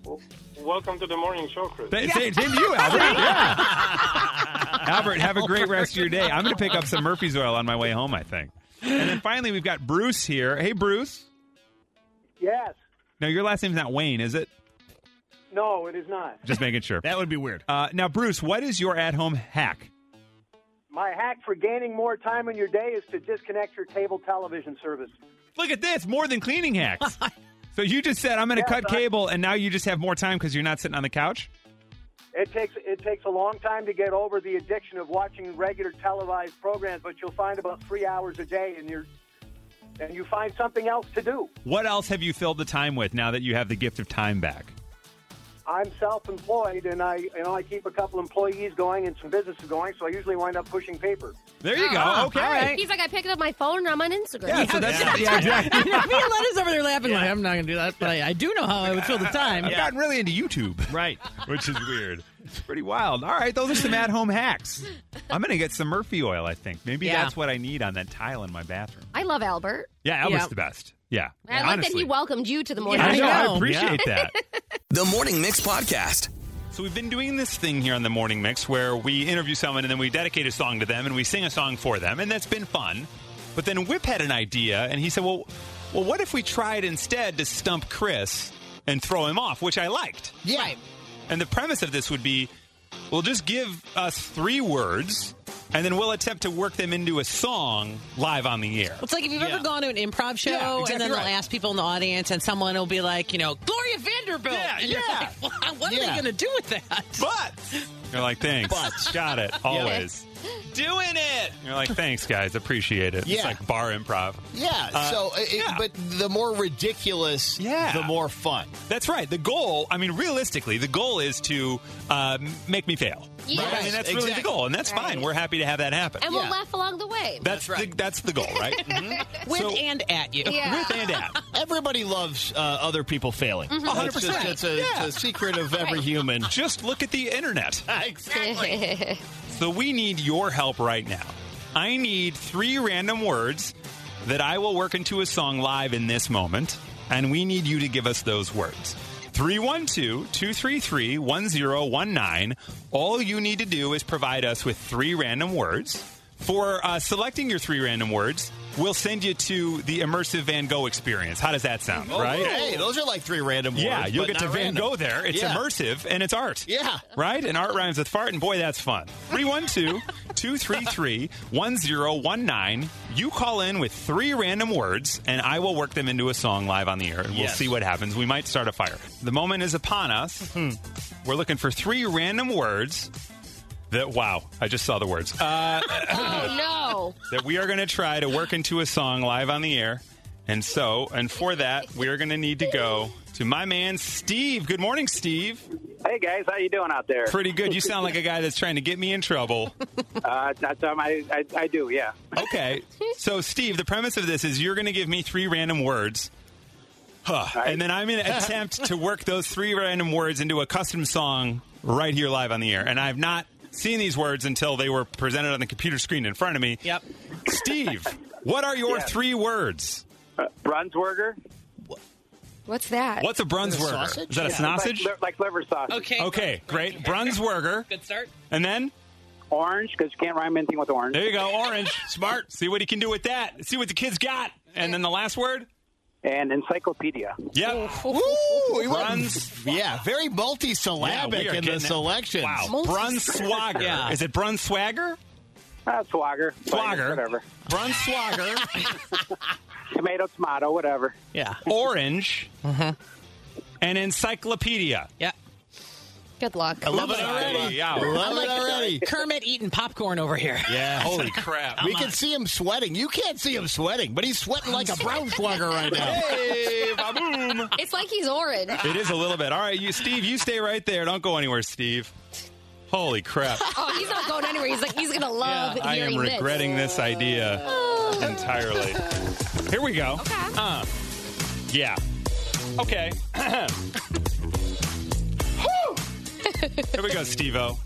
Speaker 13: Welcome to the morning show, Chris.
Speaker 1: Th- Same, same to you, Albert. Yeah. Albert, have a great rest of your day. I'm going to pick up some Murphy's oil on my way home, I think. And then finally, we've got Bruce here. Hey, Bruce.
Speaker 12: Yes.
Speaker 1: Now, your last name's not Wayne, is it?
Speaker 12: No, it is not.
Speaker 1: Just making sure.
Speaker 4: that would be weird.
Speaker 1: Uh, now, Bruce, what is your at home hack?
Speaker 12: My hack for gaining more time in your day is to disconnect your cable television service.
Speaker 1: Look at this, more than cleaning hacks. [LAUGHS] so you just said, I'm going to
Speaker 12: Yes,
Speaker 1: cut
Speaker 12: I-
Speaker 1: cable, and now you just have more time because you're not sitting on the couch?
Speaker 12: It takes it takes a long time to get over the addiction of watching regular televised programs, but you'll find about three hours a day, and you're and you find something else to do.
Speaker 1: What else have you filled the time with now that you have the gift of time back?
Speaker 12: I'm self-employed, and I you know I keep a couple employees going and some businesses going, so I usually wind up pushing paper.
Speaker 1: There you
Speaker 8: Ah,
Speaker 3: Oh, He's like, I picked up my phone and I'm on Instagram.
Speaker 2: Yeah, so that's-
Speaker 1: [LAUGHS]
Speaker 2: Yeah. yeah, [LAUGHS] exactly. Lena's over there laughing like, I'm not going to do that, but I, I do know how I would fill the time.
Speaker 1: I've gotten really into [LAUGHS] YouTube.
Speaker 4: Right.
Speaker 1: Which is weird. It's pretty wild. All right, those are some at home hacks. I'm going to get some Murphy oil, I think. Maybe
Speaker 3: Yeah.
Speaker 1: that's what I need on that tile in my bathroom.
Speaker 3: I love Albert.
Speaker 1: Yeah, Elmer's the best. Yeah.
Speaker 3: I like that he welcomed you to the morning.
Speaker 1: I know. I
Speaker 3: show.
Speaker 1: appreciate that.
Speaker 10: The Morning Mix Podcast.
Speaker 1: So we've been doing this thing here on the Morning Mix where we interview someone and then we dedicate a song to them and we sing a song for them, and that's been fun. But then Whip had an idea, and he said, "Well, well, what if we tried instead to stump Chris and throw him off?" Which I liked.
Speaker 4: Yeah.
Speaker 1: And the premise of this would be, well, just give us three words, and then we'll attempt to work them into a song live on the air.
Speaker 2: It's like if you've ever gone to an improv show
Speaker 1: Yeah, exactly
Speaker 2: and then they'll
Speaker 1: right.
Speaker 2: ask people in the audience and someone will be like, you know, Gloria Vanderbilt. Yeah, and you're like, "Well, [LAUGHS] what are they going to do with that?
Speaker 1: But You're like,
Speaker 2: [LAUGHS]
Speaker 1: thanks, got it, always.
Speaker 2: doing it.
Speaker 1: You're like, thanks, guys, appreciate it. It's
Speaker 4: Yeah.
Speaker 1: like bar improv.
Speaker 4: Yeah.
Speaker 1: Uh,
Speaker 4: so, it, but the more ridiculous,
Speaker 1: Yeah.
Speaker 4: the more fun.
Speaker 1: That's right. The goal, I mean, realistically, the goal is to uh, make me fail.
Speaker 3: Yes.
Speaker 1: Right? I mean, that's really the
Speaker 3: Exactly.
Speaker 1: goal, and that's fine. We're happy to have that happen.
Speaker 3: [LAUGHS] And we'll laugh along the way.
Speaker 1: That's, the, that's the goal,
Speaker 2: [LAUGHS]
Speaker 1: right? Mm-hmm.
Speaker 2: With and at you.
Speaker 1: [LAUGHS]
Speaker 3: Yeah.
Speaker 1: With and at.
Speaker 4: [LAUGHS] Everybody loves uh, other people failing.
Speaker 2: Mm-hmm.
Speaker 3: Mhm.
Speaker 4: That's
Speaker 1: 100%.
Speaker 4: just- It's a, it's a
Speaker 1: Yeah.
Speaker 4: secret of every human.
Speaker 1: Just look at the internet.
Speaker 4: exactly.
Speaker 1: So we need your help right now. I need three random words that I will work into a song live in this moment, and we need you to give us those words. 312 233 1019. All you need to do is provide us with three random words. For uh, selecting your three random words, we'll send you to the immersive Van Gogh experience. How does that sound? Right?
Speaker 4: Oh, Hey, those are like three random words.
Speaker 1: Yeah, you'll
Speaker 4: but
Speaker 1: get to
Speaker 4: not
Speaker 1: Van
Speaker 4: random.
Speaker 1: Gogh there. It's
Speaker 4: Yeah.
Speaker 1: immersive and it's art.
Speaker 4: Yeah.
Speaker 1: Right? And art rhymes with fart, and boy, that's fun. 312 233 1019. You call in with three random words, and I will work them into a song live on the air, and we'll
Speaker 14: Yes.
Speaker 1: see what happens. We might start a fire. The moment is upon us. We're looking for three random words that, wow, I just saw the words. Uh,
Speaker 3: [LAUGHS] Oh,
Speaker 1: that we are going to try to work into a song live on the air. And so, and for that, we are going to need to go to my man Steve. Good morning, Steve.
Speaker 15: Hey guys, how you doing out there?
Speaker 1: Pretty good. You
Speaker 15: [LAUGHS]
Speaker 1: sound like a guy that's trying to get me in trouble.
Speaker 15: Uh, that's um, I, I I do, yeah.
Speaker 1: Okay. So, Steve, the premise of this is you're going to give me three random words. Huh. And then I'm
Speaker 15: [LAUGHS]
Speaker 1: going to attempt to work those three random words into a custom song right here live on the air. And I've not seen these words until they were presented on the computer screen in front of me. Yep. Steve, what are your
Speaker 15: Yes.
Speaker 1: three words?
Speaker 15: Uh, Brunsburger.
Speaker 3: What's that?
Speaker 1: What's a Brunsburger? Is,
Speaker 3: sausage?
Speaker 1: that a
Speaker 15: Yeah.
Speaker 1: sausage?
Speaker 15: Like, like liver sausage.
Speaker 1: Okay, great. Brunsburger.
Speaker 2: [LAUGHS] Good start.
Speaker 1: And then?
Speaker 15: Orange, because you can't rhyme anything with orange.
Speaker 1: There you go, orange. [LAUGHS] Smart. See what he can do with that. See what the kid's got. And then the last word?
Speaker 15: And encyclopedia.
Speaker 1: Yep.
Speaker 4: Ooh, he went-
Speaker 1: Bruns.
Speaker 4: [LAUGHS] Yeah, very multi-syllabic
Speaker 1: Yeah, we are
Speaker 4: in
Speaker 1: getting
Speaker 4: the
Speaker 1: it.
Speaker 4: selection.
Speaker 1: Wow. Brunswager. Is it Brunswager?
Speaker 15: Uh, swagger.
Speaker 1: Swagger.
Speaker 15: Whatever.
Speaker 1: Brunswager.
Speaker 8: [LAUGHS]
Speaker 15: tomato, tomato, whatever.
Speaker 1: Yeah. Orange. Uh-huh. And encyclopedia.
Speaker 2: Yeah.
Speaker 3: Good luck.
Speaker 1: I love it already. Yeah. Love it already.
Speaker 2: Kermit eating popcorn over here.
Speaker 4: Yeah.
Speaker 1: [LAUGHS] Holy crap.
Speaker 4: We can see him sweating. You can't see him sweating, but he's sweating like a brown slugger right now.
Speaker 1: Hey, boom.
Speaker 3: It's like he's orange.
Speaker 1: It is a little bit. All right, you Steve, you stay right there. Don't go anywhere, Steve. Holy crap.
Speaker 3: Oh, he's not going anywhere. He's like, he's going to love
Speaker 1: I
Speaker 3: hearing
Speaker 1: am regretting this idea entirely. Here we go. Okay. Uh, yeah. Okay. [CLEARS THROAT] Here we go, Steve O.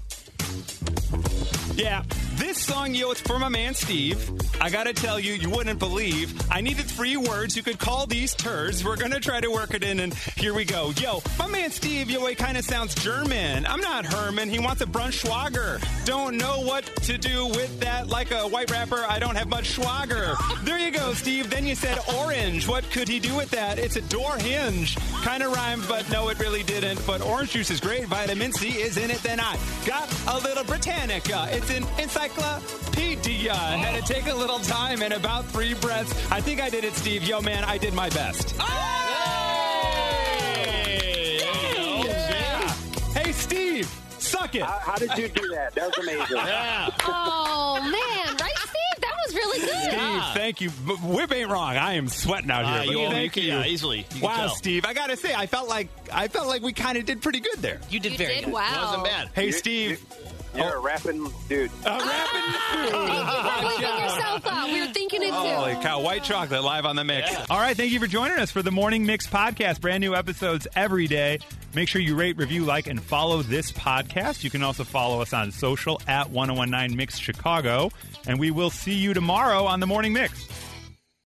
Speaker 1: Yeah. This song, yo, it's for my man Steve. I gotta tell you, you wouldn't believe. I needed three words. You could call these turds. We're gonna try to work it in an Here we go. Yo, my man Steve Yoy kind of sounds German. I'm not Herman. He wants a brunch Schwager. Don't know what to do with that. Like a white rapper, I don't have much Schwager. There you go, Steve. Then you said orange. What could he do with that? It's a door hinge. Kind of rhymed, but no, it really didn't. But orange juice is great. Vitamin C is in it. Then I got a little Britannica. It's an encyclopedia. Had to take a little time and about three breaths. I think I did it, Steve. Yo, man, I did my best. Hey, Steve, suck it. How,
Speaker 15: did you do that? That was amazing. [LAUGHS]
Speaker 1: yeah.
Speaker 3: Oh man, right, Steve? That was really good.
Speaker 1: Steve, thank you. B- Whip ain't wrong. I am sweating out
Speaker 4: Ah,
Speaker 1: here. but
Speaker 4: you-
Speaker 1: thank
Speaker 4: you can- yeah, easily. You can
Speaker 1: wow,
Speaker 4: tell.
Speaker 1: Steve, I gotta say, I felt like I felt like we kind of did pretty good there.
Speaker 2: You
Speaker 15: did You very did, good. wow. Wasn't bad.
Speaker 1: Hey,
Speaker 15: You-
Speaker 1: Steve. Oh.
Speaker 15: You're a rapping dude.
Speaker 3: Ah.
Speaker 1: A rapping dude.
Speaker 3: Waking yourself up. We were thinking it too.
Speaker 1: Holy cow, white chocolate live on the mix. All right, thank you for joining us for the Morning Mix podcast. Brand new episodes every day. Make sure you rate, review, like, and follow this podcast. You can also follow us oh on social at 1019 Mix Chicago. And we will see you tomorrow on the Morning Mix.